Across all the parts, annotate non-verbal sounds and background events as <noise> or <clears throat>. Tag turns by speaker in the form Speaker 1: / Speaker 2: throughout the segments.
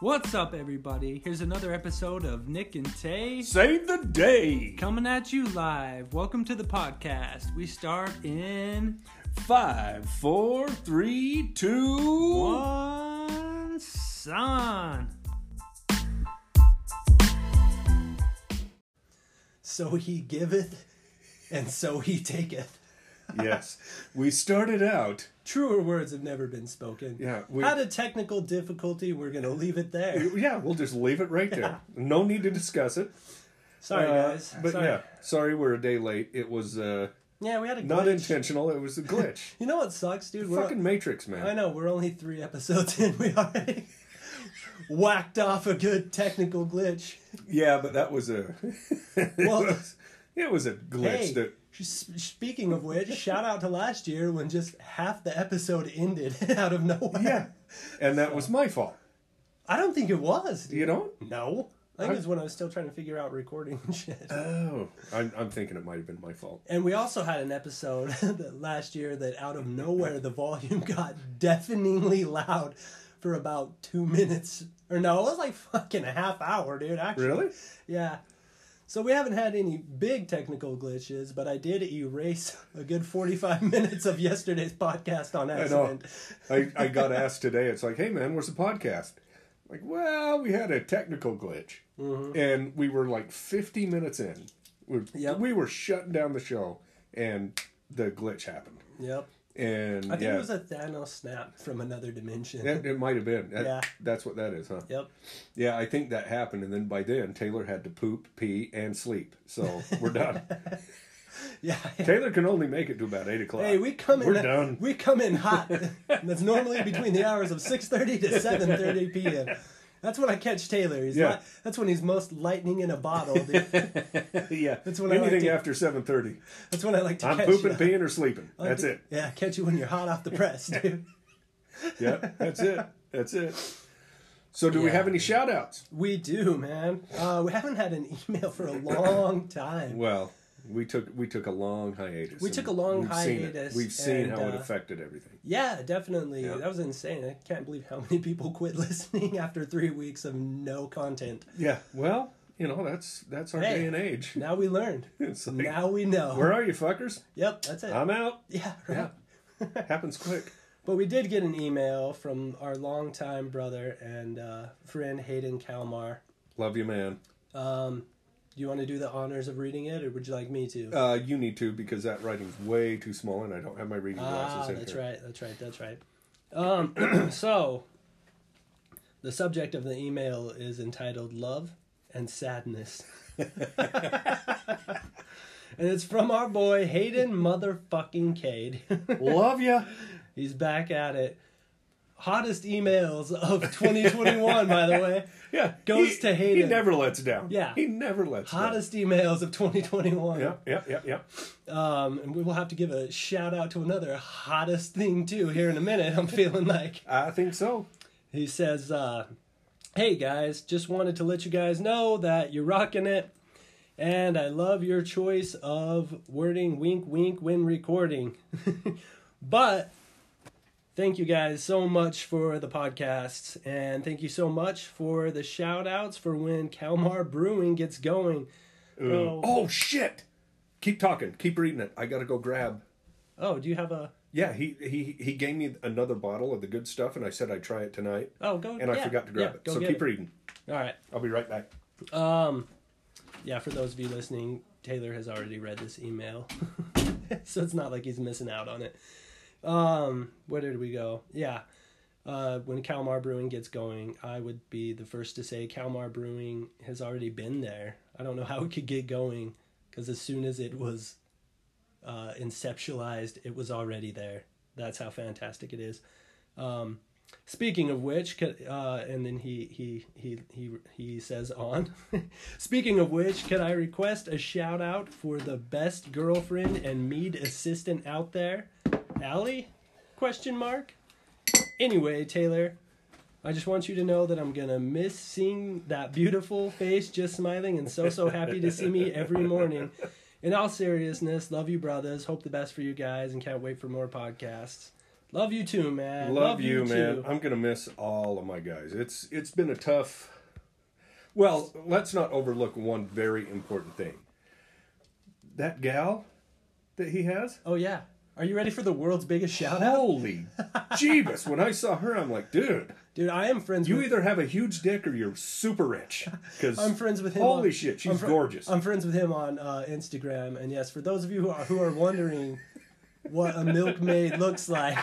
Speaker 1: What's up, everybody? Here's another episode of Nick and Tay
Speaker 2: Save the day.
Speaker 1: coming at you live. Welcome to the podcast. We start in
Speaker 2: Five, four, three, two.
Speaker 1: one son.
Speaker 3: So he giveth, and so he taketh.
Speaker 2: <laughs> yes. We started out.
Speaker 3: Truer words have never been spoken.
Speaker 2: Yeah, we- Uh,
Speaker 3: Had a technical difficulty. We're gonna leave it there.
Speaker 2: Yeah, we'll just leave it right there. No need to discuss it.
Speaker 3: Sorry,
Speaker 2: Uh,
Speaker 3: guys.
Speaker 2: But
Speaker 3: Sorry.
Speaker 2: yeah, sorry we're a day late. It was uh,
Speaker 3: Yeah, we had a
Speaker 2: not
Speaker 3: glitch.
Speaker 2: intentional. It was a glitch.
Speaker 3: You know what sucks, dude? We're
Speaker 2: Fucking Matrix, man.
Speaker 3: I know we're only three episodes in. <laughs> We already whacked off a good technical glitch.
Speaker 2: Yeah, but that was a. <laughs>
Speaker 3: Well-
Speaker 2: it, was, it was a glitch
Speaker 3: Hey,
Speaker 2: that.
Speaker 3: s- speaking of which, shout out to last year when just half the episode ended <laughs> out of nowhere.
Speaker 2: Yeah, and that was my fault.
Speaker 3: I don't think it was. Dude.
Speaker 2: You know?
Speaker 3: No. I think it was when I was still trying to figure out recording and shit.
Speaker 2: Oh, I'm, I'm thinking it might have been my fault.
Speaker 3: And we also had an episode <laughs> that last year that out of nowhere the volume <laughs> got deafeningly loud for about two minutes. Or no, it was like fucking a half hour, dude, actually.
Speaker 2: Really?
Speaker 3: Yeah. So we haven't had any big technical glitches, but I did erase a good 45 <laughs> minutes of yesterday's podcast on
Speaker 2: I know.
Speaker 3: accident.
Speaker 2: I, I got asked today, it's like, hey man, where's the podcast? Like, well, we had a technical glitch.
Speaker 3: Mm-hmm.
Speaker 2: And we were like 50 minutes in. We,
Speaker 3: Yep.
Speaker 2: we were shutting down the show and the glitch happened.
Speaker 3: Yep.
Speaker 2: And
Speaker 3: I think
Speaker 2: yeah,
Speaker 3: it was a Thanos snap from another dimension.
Speaker 2: it, it might have been. That-
Speaker 3: Yeah.
Speaker 2: That's what that is, huh?
Speaker 3: Yep.
Speaker 2: Yeah, I think that happened. And then by then, Taylor had to poop, pee, and sleep. So we're
Speaker 3: <laughs>
Speaker 2: done.
Speaker 3: Yeah.
Speaker 2: Taylor can only make it to about 8 o'clock.
Speaker 3: Hey, we come in.
Speaker 2: We're done.
Speaker 3: We come in
Speaker 2: <laughs>
Speaker 3: hot. That's normally between the hours of six thirty to seven thirty p.m. That's when I catch Taylor. He's
Speaker 2: Yeah.
Speaker 3: li- that's when he's most lightning in a bottle.
Speaker 2: <laughs>
Speaker 3: Dude.
Speaker 2: yeah.
Speaker 3: That's when I like
Speaker 2: Anything
Speaker 3: to-
Speaker 2: after 7.30.
Speaker 3: That's when I like to
Speaker 2: I'm
Speaker 3: catch
Speaker 2: pooping,
Speaker 3: you.
Speaker 2: peeing, or sleeping. That's it.
Speaker 3: Yeah, catch you when you're hot off the
Speaker 2: <laughs>
Speaker 3: press, dude.
Speaker 2: yeah, that's it. That's it. So, do we
Speaker 3: Yeah.
Speaker 2: have any shout outs?
Speaker 3: We do, man. Uh, we haven't had an email for a long time.
Speaker 2: Well, we took we took a long hiatus.
Speaker 3: We
Speaker 2: and
Speaker 3: took a long
Speaker 2: we've seen it.
Speaker 3: hiatus
Speaker 2: We've seen
Speaker 3: and,
Speaker 2: how it
Speaker 3: uh,
Speaker 2: affected everything.
Speaker 3: Yeah, definitely.
Speaker 2: Yeah.
Speaker 3: That was insane. I can't believe how many people quit <laughs> listening after three weeks of no content.
Speaker 2: Yeah. Well, you know that's that's our
Speaker 3: Hey.
Speaker 2: day and age. <laughs>
Speaker 3: Now we learned.
Speaker 2: It's like,
Speaker 3: Now we know.
Speaker 2: where are you fuckers?
Speaker 3: Yep, that's it.
Speaker 2: I'm out.
Speaker 3: yeah, right.
Speaker 2: Yeah.
Speaker 3: <laughs>
Speaker 2: Happens quick.
Speaker 3: But we did get an email from our longtime brother and uh, friend Hayden Kalmar.
Speaker 2: Love you, man.
Speaker 3: Um, do you want to do the honors of reading it, or would Oh, you like me to?
Speaker 2: Uh, you need to because that writing's way too small, and I don't have my reading
Speaker 3: ah,
Speaker 2: glasses in
Speaker 3: that's
Speaker 2: here.
Speaker 3: right, that's right, that's right. Um, <clears throat> so, the subject of the email is entitled "Love and <laughs> Sadness," and it's from our boy Hayden Motherfucking Cade. <laughs>
Speaker 2: Love you.
Speaker 3: He's back at it. Hottest emails of 2021, by the way.
Speaker 2: Yeah.
Speaker 3: Goes
Speaker 2: he,
Speaker 3: to
Speaker 2: He
Speaker 3: Hayden.
Speaker 2: never lets down.
Speaker 3: Yeah.
Speaker 2: He never lets
Speaker 3: Hottest emails of 2021.
Speaker 2: down. Yeah. Yeah. Yeah. Yeah.
Speaker 3: Um, and we will have to give a shout out to another hottest thing, too, here in a minute. I'm feeling <laughs> like.
Speaker 2: I think so.
Speaker 3: He says, uh, Hey guys, just wanted to let you guys know that you're rocking it. And I love your choice of wording wink wink when recording. <laughs> but thank you guys so much for the podcasts. And thank you so much for the shout outs for when Kalmar Brewing gets going.
Speaker 2: Oh.
Speaker 3: Oh.
Speaker 2: shit! Keep talking. Keep reading it. I gotta go grab.
Speaker 3: Oh, do you have a.
Speaker 2: Yeah, he he he gave me another bottle of the good stuff, and I said I'd try it tonight,
Speaker 3: Oh, go.
Speaker 2: and I
Speaker 3: yeah,
Speaker 2: forgot to grab
Speaker 3: yeah,
Speaker 2: it.
Speaker 3: go
Speaker 2: So
Speaker 3: get
Speaker 2: keep reading.
Speaker 3: All right.
Speaker 2: I'll be right back.
Speaker 3: Um, yeah, for those of you listening, Taylor has already read this email, <laughs> so it's not like he's missing out on it. Um, where did we go? Yeah, uh, when Kalmar Brewing gets going, I would be the first to say Kalmar Brewing has already been there. I don't know how it could get going because as soon as it was uh, inceptualized, it was already there. That's how fantastic it is. Speaking of which, could- uh, and then he he he he he says on. <laughs> Speaking of which, could I request a shout out for the best girlfriend and mead assistant out there, Allie? Question mark. Anyway, Taylor, I just want you to know that I'm gonna miss seeing that beautiful face just smiling and so so happy to see me every morning. In all seriousness, love you, brothers. Hope the best for you guys, and can't wait for more podcasts. Love you too, man.
Speaker 2: Love, you, man.
Speaker 3: too.
Speaker 2: I'm gonna miss all of my guys. It's it's been a tough. Well, let's not overlook one very important thing. That gal that he has.
Speaker 3: Oh yeah. Are you ready for the world's biggest shout out?
Speaker 2: Holy <laughs> Jeebus! When I saw her, I'm like, dude,
Speaker 3: Dude, I am friends
Speaker 2: you
Speaker 3: with
Speaker 2: either have a huge dick or you're super
Speaker 3: <laughs>
Speaker 2: rich. Because
Speaker 3: I'm friends with him.
Speaker 2: Holy
Speaker 3: on-
Speaker 2: shit,
Speaker 3: I'm
Speaker 2: she's
Speaker 3: fr-
Speaker 2: gorgeous.
Speaker 3: I'm friends with him on uh, Instagram, and yes, for those of you who are, who are wondering what a milkmaid looks like,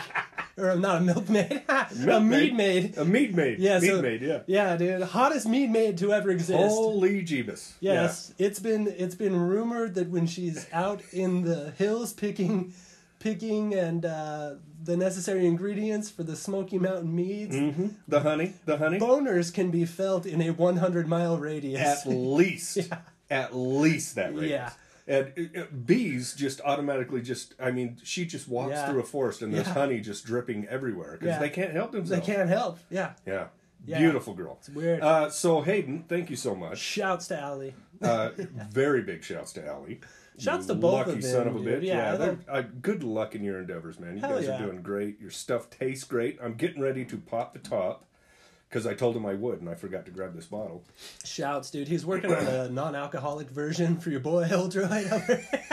Speaker 3: or not a milkmaid, <laughs> a mead maid.
Speaker 2: A meat
Speaker 3: <laughs>
Speaker 2: maid.
Speaker 3: Yeah,
Speaker 2: meat
Speaker 3: so-
Speaker 2: maid. Yeah.
Speaker 3: Yeah, dude, hottest mead maid to ever exist.
Speaker 2: Holy Jeebus!
Speaker 3: Yes, it's been it's been rumored that when she's out in the hills picking, picking and uh, the necessary ingredients for the Smoky Mountain meads,
Speaker 2: Yeah. hmm The honey. The honey.
Speaker 3: boners can be felt in a 100 mile radius. <laughs>
Speaker 2: at least at least that rate.
Speaker 3: Yeah.
Speaker 2: And uh, uh, bees just automatically just I mean she just walks
Speaker 3: Yeah.
Speaker 2: through a forest and there's
Speaker 3: Yeah.
Speaker 2: honey just dripping everywhere because
Speaker 3: Yeah.
Speaker 2: they can't help
Speaker 3: They
Speaker 2: themselves.
Speaker 3: can't help. Yeah.
Speaker 2: Yeah.
Speaker 3: Yeah.
Speaker 2: Beautiful girl. It's
Speaker 3: weird.
Speaker 2: Uh, so Hayden, thank you so much.
Speaker 3: Shouts to Allie. <laughs>
Speaker 2: Uh, very big shouts to Allie.
Speaker 3: Shouts
Speaker 2: You
Speaker 3: to both of
Speaker 2: lucky
Speaker 3: them,
Speaker 2: son of a
Speaker 3: dude.
Speaker 2: bitch.
Speaker 3: Yeah, I
Speaker 2: Yeah. they're
Speaker 3: don't-
Speaker 2: uh, good luck in your endeavors, man. You
Speaker 3: Hell
Speaker 2: guys
Speaker 3: yeah.
Speaker 2: are doing great. Your stuff tastes great. I'm getting ready to pop the top because I told him I would and I forgot to grab
Speaker 3: <laughs>
Speaker 2: this bottle.
Speaker 3: Shouts, dude. He's working on
Speaker 2: <clears throat>
Speaker 3: a non-alcoholic version for your boy Eldroid over
Speaker 2: <laughs>
Speaker 3: there.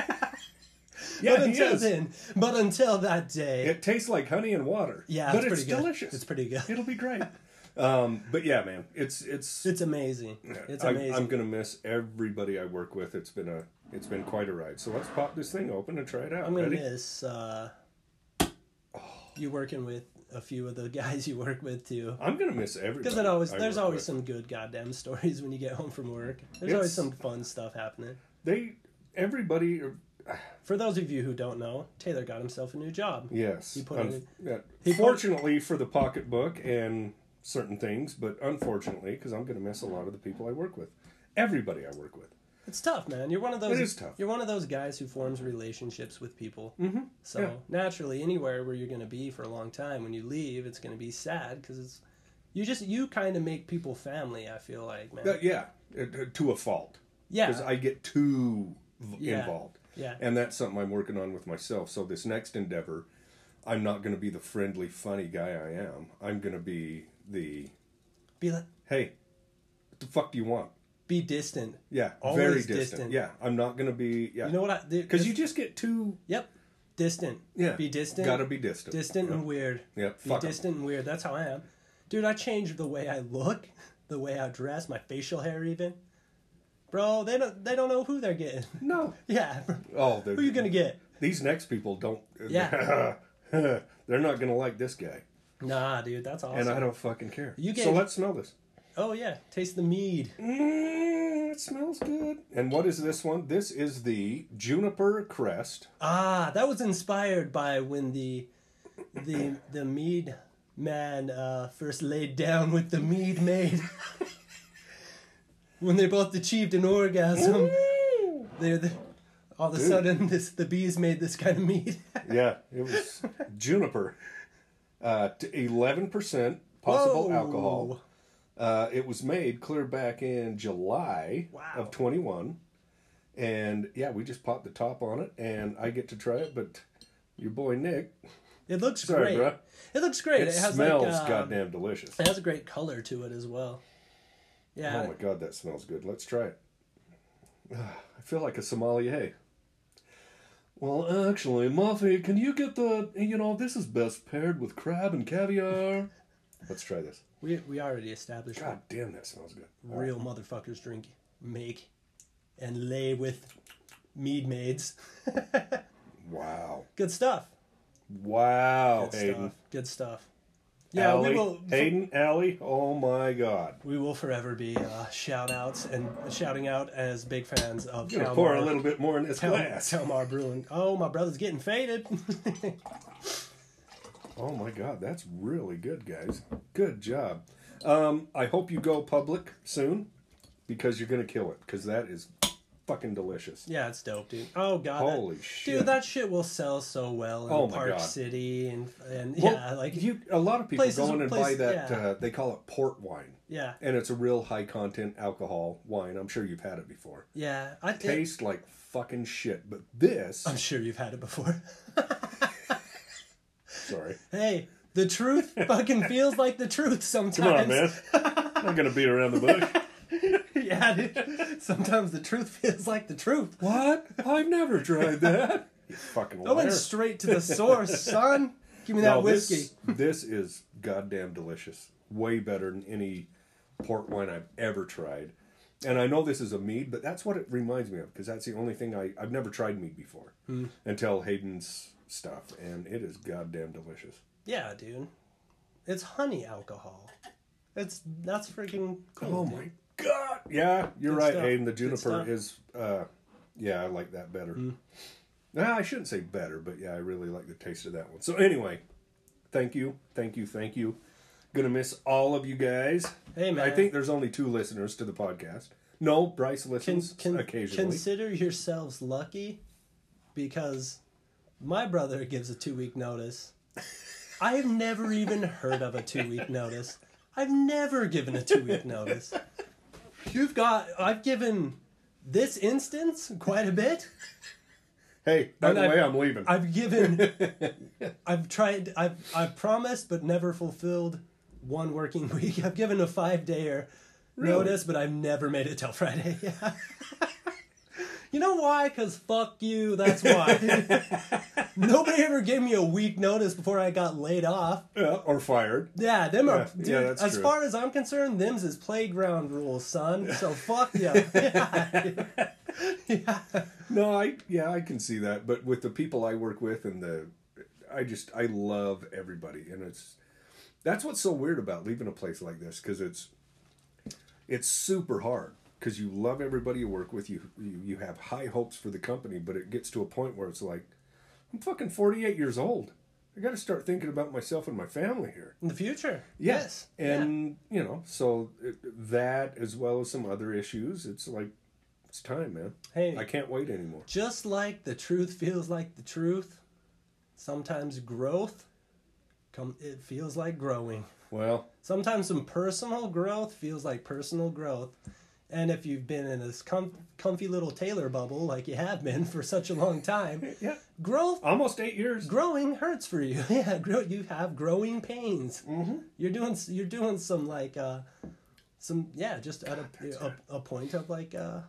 Speaker 2: Yeah,
Speaker 3: but
Speaker 2: he
Speaker 3: until
Speaker 2: is.
Speaker 3: then, but until that day,
Speaker 2: It tastes like honey and water.
Speaker 3: yeah, it's,
Speaker 2: but it's,
Speaker 3: pretty good.
Speaker 2: delicious.
Speaker 3: It's pretty good. <laughs>
Speaker 2: It'll be great. <laughs> um, but yeah, man, it's it's
Speaker 3: It's amazing. It's
Speaker 2: I,
Speaker 3: amazing.
Speaker 2: I'm gonna miss everybody I work with. It's been a it's been quite a ride. So let's pop this thing open and try it out.
Speaker 3: I'm gonna
Speaker 2: Ready?
Speaker 3: miss uh, you working with a few of the guys you work with too.
Speaker 2: I'm gonna miss everybody.
Speaker 3: Because it always
Speaker 2: I
Speaker 3: there's
Speaker 2: work
Speaker 3: always
Speaker 2: with.
Speaker 3: some good goddamn stories when you get home from work. There's always
Speaker 2: It's-
Speaker 3: some fun stuff happening.
Speaker 2: they everybody. Are,
Speaker 3: For those of you who don't know, Taylor got himself a new job.
Speaker 2: yes.
Speaker 3: He put in-
Speaker 2: yeah.
Speaker 3: he put-
Speaker 2: fortunately for the pocketbook and certain things, but unfortunately because I'm gonna miss a lot of the people I work with. Everybody I work with.
Speaker 3: It's tough, man. You're one of those.
Speaker 2: It is tough. Mm-hmm.
Speaker 3: You're one of those guys who forms relationships with people. So
Speaker 2: yeah.
Speaker 3: naturally, anywhere where you're going to be for a long time, when you leave, it's going to be sad because it's you just you kind of make people family. I feel like, man.
Speaker 2: Uh, yeah, uh, to a fault.
Speaker 3: yeah,
Speaker 2: because I get too v-
Speaker 3: Yeah.
Speaker 2: involved.
Speaker 3: Yeah.
Speaker 2: And that's something I'm working on with myself. So this next endeavor, I'm not going to be the friendly, funny guy I am. I'm going to be the
Speaker 3: be like,
Speaker 2: hey, what the fuck do you want?
Speaker 3: be distant.
Speaker 2: Yeah,
Speaker 3: Always
Speaker 2: very distant.
Speaker 3: distant.
Speaker 2: Yeah, I'm not going to be yeah.
Speaker 3: You know what I?
Speaker 2: because you just get too
Speaker 3: Yep. Distant.
Speaker 2: yeah.
Speaker 3: Be distant.
Speaker 2: Gotta be distant.
Speaker 3: distant
Speaker 2: Yeah.
Speaker 3: and weird.
Speaker 2: Yeah,
Speaker 3: Be
Speaker 2: fuck 'em.
Speaker 3: distant and weird. That's how I am, dude. I change the way I look, the way I dress, my facial hair, even. Bro, they don't they don't know who they're getting. <laughs>
Speaker 2: No.
Speaker 3: Yeah.
Speaker 2: Oh, they're-
Speaker 3: Who you gonna get?
Speaker 2: These next people don't.
Speaker 3: Yeah.
Speaker 2: <laughs> they're not going to like this guy,
Speaker 3: Nah, dude, that's awesome.
Speaker 2: and I don't fucking care.
Speaker 3: You
Speaker 2: so
Speaker 3: gave-
Speaker 2: let's smell this.
Speaker 3: Oh yeah, taste the mead.
Speaker 2: Mm, it smells good. And what is this one? This is the Juniper Crest.
Speaker 3: Ah, that was inspired by when the the the mead man uh, first laid down with the mead maid. <laughs> when they both achieved an orgasm, they the, all of a sudden this the bees made this kind of mead.
Speaker 2: <laughs>
Speaker 3: <laughs>
Speaker 2: yeah, it was juniper. Uh, to 11% possible
Speaker 3: Whoa.
Speaker 2: alcohol. Uh, it was made clear back in July
Speaker 3: Wow.
Speaker 2: of 21. And yeah, we just popped the top on it, and I get to try it, but your boy Nick,
Speaker 3: It looks
Speaker 2: Sorry,
Speaker 3: great.
Speaker 2: bruh.
Speaker 3: It looks great.
Speaker 2: it,
Speaker 3: It, has
Speaker 2: smells
Speaker 3: like uh,
Speaker 2: goddamn delicious.
Speaker 3: It has a great color to it as well. Yeah.
Speaker 2: Oh my god, that smells good. Let's try it. <sighs> Ah, I feel like a sommelier. Well, actually, Muffy, can you get the? You know, this is best paired with crab and
Speaker 3: <laughs>
Speaker 2: caviar. Let's try this.
Speaker 3: We we already established
Speaker 2: God damn, that smells good.
Speaker 3: real motherfuckers drink, make, and lay with mead maids. <laughs>
Speaker 2: Wow,
Speaker 3: Good stuff.
Speaker 2: wow,
Speaker 3: Good
Speaker 2: Aiden,
Speaker 3: stuff. Good stuff. Yeah,
Speaker 2: Allie,
Speaker 3: we will.
Speaker 2: Aiden, Allie. Oh my god.
Speaker 3: We will forever be uh, shout outs and shouting out as big fans of
Speaker 2: I'm gonna
Speaker 3: Kalmar-
Speaker 2: pour a little bit more in this
Speaker 3: Kal-
Speaker 2: glass.
Speaker 3: Kalmar Brewing. Oh, my brother's getting faded. <laughs>
Speaker 2: Oh my god, that's really good, guys. Good job. Um, I hope you go public soon because you're gonna kill it because that is fucking delicious.
Speaker 3: yeah, it's dope, dude. Oh god, that-
Speaker 2: Holy shit.
Speaker 3: dude, that shit will sell so well in
Speaker 2: Oh, my
Speaker 3: Park
Speaker 2: God.
Speaker 3: City and and
Speaker 2: Well,
Speaker 3: yeah, like
Speaker 2: you, a lot of people
Speaker 3: Places-
Speaker 2: go in and buy
Speaker 3: places-
Speaker 2: that.
Speaker 3: yeah.
Speaker 2: Uh, they call it port wine,
Speaker 3: yeah,
Speaker 2: and it's a real high content alcohol wine. I'm sure you've had it before.
Speaker 3: yeah. I think
Speaker 2: Tastes like fucking shit, but this.
Speaker 3: I'm sure you've had it before.
Speaker 2: sorry.
Speaker 3: <laughs> Hey, the
Speaker 2: <laughs>
Speaker 3: truth fucking feels like the truth sometimes.
Speaker 2: Come
Speaker 3: <laughs>
Speaker 2: on, man. I'm not gonna beat around the bush.
Speaker 3: yeah, dude. Sometimes the truth <laughs> feels like the truth.
Speaker 2: what? I've never tried that. <laughs> You fucking
Speaker 3: I
Speaker 2: liar.
Speaker 3: went straight
Speaker 2: <laughs>
Speaker 3: to the source, son. Give me that
Speaker 2: No,
Speaker 3: whiskey.
Speaker 2: this, <laughs> this is goddamn delicious. Way better than any port wine I've ever tried. And I know this is a mead, but that's what it reminds me of because that's the only thing I, I've never tried mead before until Hayden's stuff, and it is goddamn delicious.
Speaker 3: Yeah, dude. It's honey alcohol. It's that's freaking cool.
Speaker 2: Oh
Speaker 3: dude.
Speaker 2: my god! Yeah, you're
Speaker 3: Good
Speaker 2: right,
Speaker 3: stuff.
Speaker 2: Hayden. The
Speaker 3: Good
Speaker 2: juniper
Speaker 3: stuff. Mm.
Speaker 2: is, uh, yeah, I like that better. Nah, I shouldn't say better, but yeah, I really like the taste of that one. So anyway, thank you, thank you, thank you. Gonna miss all of you guys.
Speaker 3: Hey,
Speaker 2: I
Speaker 3: man.
Speaker 2: think there's only two listeners to the podcast. No, Bryce
Speaker 3: Con-
Speaker 2: listens
Speaker 3: con-
Speaker 2: occasionally.
Speaker 3: Consider yourselves lucky because my brother gives a two week notice. I have never even heard of a two week notice. I've never given a two week notice. You've got, I've given this instance quite a bit.
Speaker 2: hey, by
Speaker 3: And
Speaker 2: the
Speaker 3: I've-
Speaker 2: way, I'm leaving.
Speaker 3: I've
Speaker 2: <laughs>
Speaker 3: given, I've tried, I've, I've promised but never fulfilled one working <laughs> week. I've given a five dayer notice, but I've never made it till Friday. <laughs> Yeah. you know why? Because fuck you, that's
Speaker 2: <laughs>
Speaker 3: why. Nobody ever gave me a week notice before I got laid off.
Speaker 2: Yeah, or fired.
Speaker 3: Yeah, them are,
Speaker 2: Yeah, yeah,
Speaker 3: dude,
Speaker 2: that's
Speaker 3: as
Speaker 2: true.
Speaker 3: far as I'm concerned, them's is playground rules, son. So fuck
Speaker 2: <laughs>
Speaker 3: you.
Speaker 2: No, I yeah, I can see that. But with the people I work with and the I just I love everybody and it's that's what's so weird about leaving a place like this cuz it's it's super hard cuz you love everybody you work with. You, you you have high hopes for the company, but it gets to a point where it's like I'm fucking 48 years old. I got to start thinking about myself and my family here.
Speaker 3: In the future.
Speaker 2: Yes.
Speaker 3: Yeah.
Speaker 2: And, you know, so it- that as well as some other issues, it's like it's time, man.
Speaker 3: Hey.
Speaker 2: I can't wait anymore.
Speaker 3: just like the truth feels like the truth, sometimes growth come it feels like growing.
Speaker 2: Well,
Speaker 3: Sometimes some personal growth feels like personal growth. And if you've been in this com- comfy little Taylor bubble like you have been <laughs> for such a long time,
Speaker 2: Yeah,
Speaker 3: growth
Speaker 2: almost eight years.
Speaker 3: growing hurts for you. <laughs> yeah, grow, you have growing pains. Mm-hmm. You're doing s- you're doing some like uh some yeah, just at a, a, a point of like uh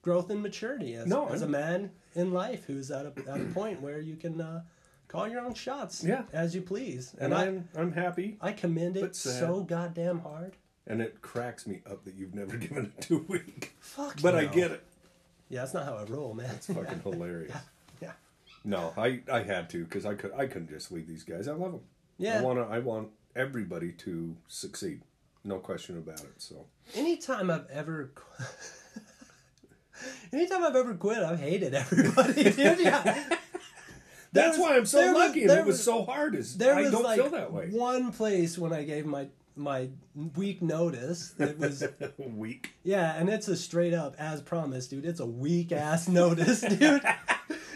Speaker 3: growth and maturity as,
Speaker 2: No,
Speaker 3: as a
Speaker 2: I'm-
Speaker 3: man in life who's at a at a point where you can uh call your own shots
Speaker 2: Yeah.
Speaker 3: as you please. And,
Speaker 2: And I'm I'm happy,
Speaker 3: I I commend it
Speaker 2: but sad.
Speaker 3: so goddamn hard.
Speaker 2: and it cracks me up that you've never <laughs> given a two week.
Speaker 3: Fuck.
Speaker 2: But I
Speaker 3: no.
Speaker 2: get it.
Speaker 3: Yeah, that's not how I roll, man.
Speaker 2: It's fucking hilarious.
Speaker 3: <laughs> yeah.
Speaker 2: No, I I had to because I could I couldn't just leave these guys. I love them.
Speaker 3: Yeah.
Speaker 2: I wanna I want everybody to succeed, no question about it. So
Speaker 3: Anytime I've ever. <laughs> qu- Anytime I've ever quit, I've hated everybody, <laughs> dude.
Speaker 2: <laughs>
Speaker 3: Yeah.
Speaker 2: that's
Speaker 3: was-
Speaker 2: why I'm so
Speaker 3: there was-
Speaker 2: lucky, and
Speaker 3: there
Speaker 2: it was,
Speaker 3: was-
Speaker 2: so hard. Is
Speaker 3: There
Speaker 2: I
Speaker 3: was
Speaker 2: don't
Speaker 3: like
Speaker 2: feel that way. <laughs>
Speaker 3: one place when I gave my my week notice that
Speaker 2: <laughs>
Speaker 3: was
Speaker 2: Weak.
Speaker 3: yeah, and it's a straight up as promised, dude. It's a weak ass notice,
Speaker 2: <laughs>
Speaker 3: dude.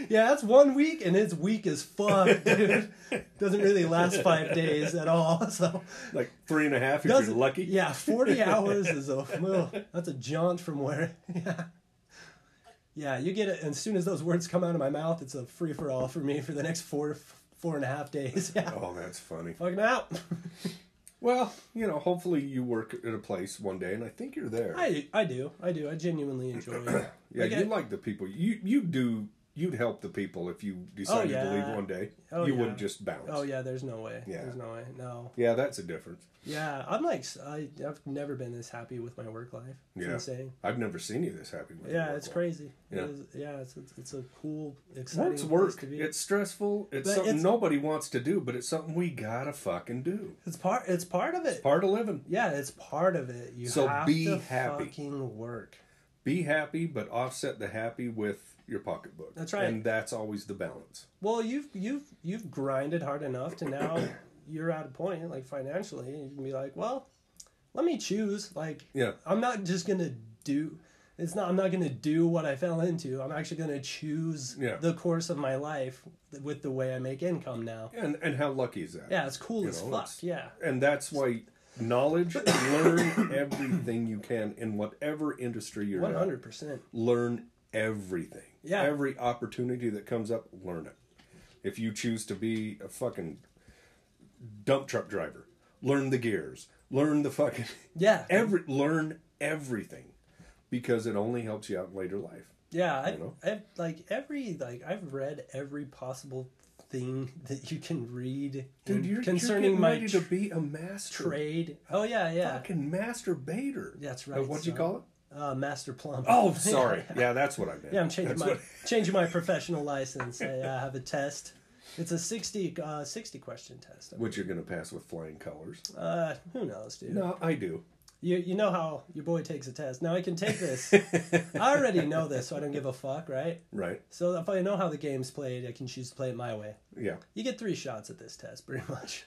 Speaker 3: Yeah, that's one week, and it's weak as fuck, dude. Doesn't really last five days at all. <laughs> So
Speaker 2: like three and a half if
Speaker 3: doesn't
Speaker 2: you're lucky.
Speaker 3: Yeah,
Speaker 2: <laughs>
Speaker 3: forty hours is a well, that's a jaunt from where. <laughs> Yeah, yeah, you get it. And as soon as those words come out of my mouth, it's a free for all for me for the next four four and a half days. <laughs> Yeah,
Speaker 2: Oh, that's funny.
Speaker 3: fucking out. <laughs>
Speaker 2: Well, you know, hopefully you work at a place one day, and I think you're there.
Speaker 3: I I do. I do. I genuinely enjoy it.
Speaker 2: <coughs> Yeah,
Speaker 3: Like, I-
Speaker 2: you like the people. You you do. You'd help the people if you decided to
Speaker 3: yeah.
Speaker 2: leave one day.
Speaker 3: Oh,
Speaker 2: you
Speaker 3: yeah.
Speaker 2: wouldn't just bounce.
Speaker 3: Oh yeah, there's no way.
Speaker 2: Yeah.
Speaker 3: There's no way. No.
Speaker 2: Yeah, that's a difference.
Speaker 3: Yeah, I'm like s- I, have never been this happy with my work life. It's
Speaker 2: Yeah.
Speaker 3: insane.
Speaker 2: I've never seen you this happy. With
Speaker 3: Yeah,
Speaker 2: work
Speaker 3: it's
Speaker 2: life.
Speaker 3: crazy. It
Speaker 2: Yeah.
Speaker 3: is- yeah, it's, it's it's a cool, exciting
Speaker 2: Work's
Speaker 3: place
Speaker 2: work.
Speaker 3: to be.
Speaker 2: It's stressful. It's
Speaker 3: But
Speaker 2: something
Speaker 3: it's-
Speaker 2: nobody wants to do, but it's something we gotta fucking do.
Speaker 3: it's part. It's part of it.
Speaker 2: Part of living.
Speaker 3: Yeah, it's part of it. You
Speaker 2: So
Speaker 3: have
Speaker 2: be
Speaker 3: to
Speaker 2: happy.
Speaker 3: fucking work.
Speaker 2: Be happy, but offset the happy with your pocketbook.
Speaker 3: That's right.
Speaker 2: And that's always the balance.
Speaker 3: Well, you've you've you've grinded hard enough to now <coughs> you're at a point like financially, you can be like, well, let me choose. Like,
Speaker 2: Yeah.
Speaker 3: I'm not just gonna do. It's not. I'm not gonna do what I fell into. I'm actually gonna choose
Speaker 2: Yeah.
Speaker 3: the course of my life with the way I make income now.
Speaker 2: And and how lucky is that?
Speaker 3: Yeah, it's cool
Speaker 2: You
Speaker 3: as
Speaker 2: know,
Speaker 3: fuck.
Speaker 2: it's-
Speaker 3: Yeah.
Speaker 2: And that's why knowledge. learn everything you can in whatever industry you're
Speaker 3: One
Speaker 2: in.
Speaker 3: hundred percent.
Speaker 2: learn everything.
Speaker 3: Yeah.
Speaker 2: Every opportunity that comes up, learn it. If you choose to be a fucking dump truck driver. Learn the gears. Learn the fucking <laughs>
Speaker 3: Yeah.
Speaker 2: every learn everything because it only helps you out in later life.
Speaker 3: Yeah, I've,
Speaker 2: know?
Speaker 3: I've like every like I've read every possible thing <laughs> that you can read in-
Speaker 2: Dude, you're
Speaker 3: concerning
Speaker 2: concerning you
Speaker 3: my
Speaker 2: ready to
Speaker 3: tr-
Speaker 2: be a master
Speaker 3: trade. Oh yeah, yeah.
Speaker 2: fucking masturbator.
Speaker 3: That's
Speaker 2: Uh,
Speaker 3: right,
Speaker 2: What'd you
Speaker 3: son. <laughs>
Speaker 2: call it?
Speaker 3: Uh, Master Plumber. <laughs>
Speaker 2: Oh, sorry. yeah, that's what I meant.
Speaker 3: yeah, I'm changing
Speaker 2: That's
Speaker 3: my
Speaker 2: what-
Speaker 3: changing my professional license.
Speaker 2: <laughs>
Speaker 3: I uh, have a test. It's a 60, uh, 60 question test.
Speaker 2: which you're gonna pass with flying colors.
Speaker 3: Uh, who knows, dude?
Speaker 2: No, I do.
Speaker 3: You you know how your boy takes a test. Now I can take
Speaker 2: <laughs>
Speaker 3: this. I already know this, so I don't give a fuck, right?
Speaker 2: Right?
Speaker 3: So if I know how the game's played, I can choose to play it my way.
Speaker 2: Yeah.
Speaker 3: You get three shots at this test, pretty much.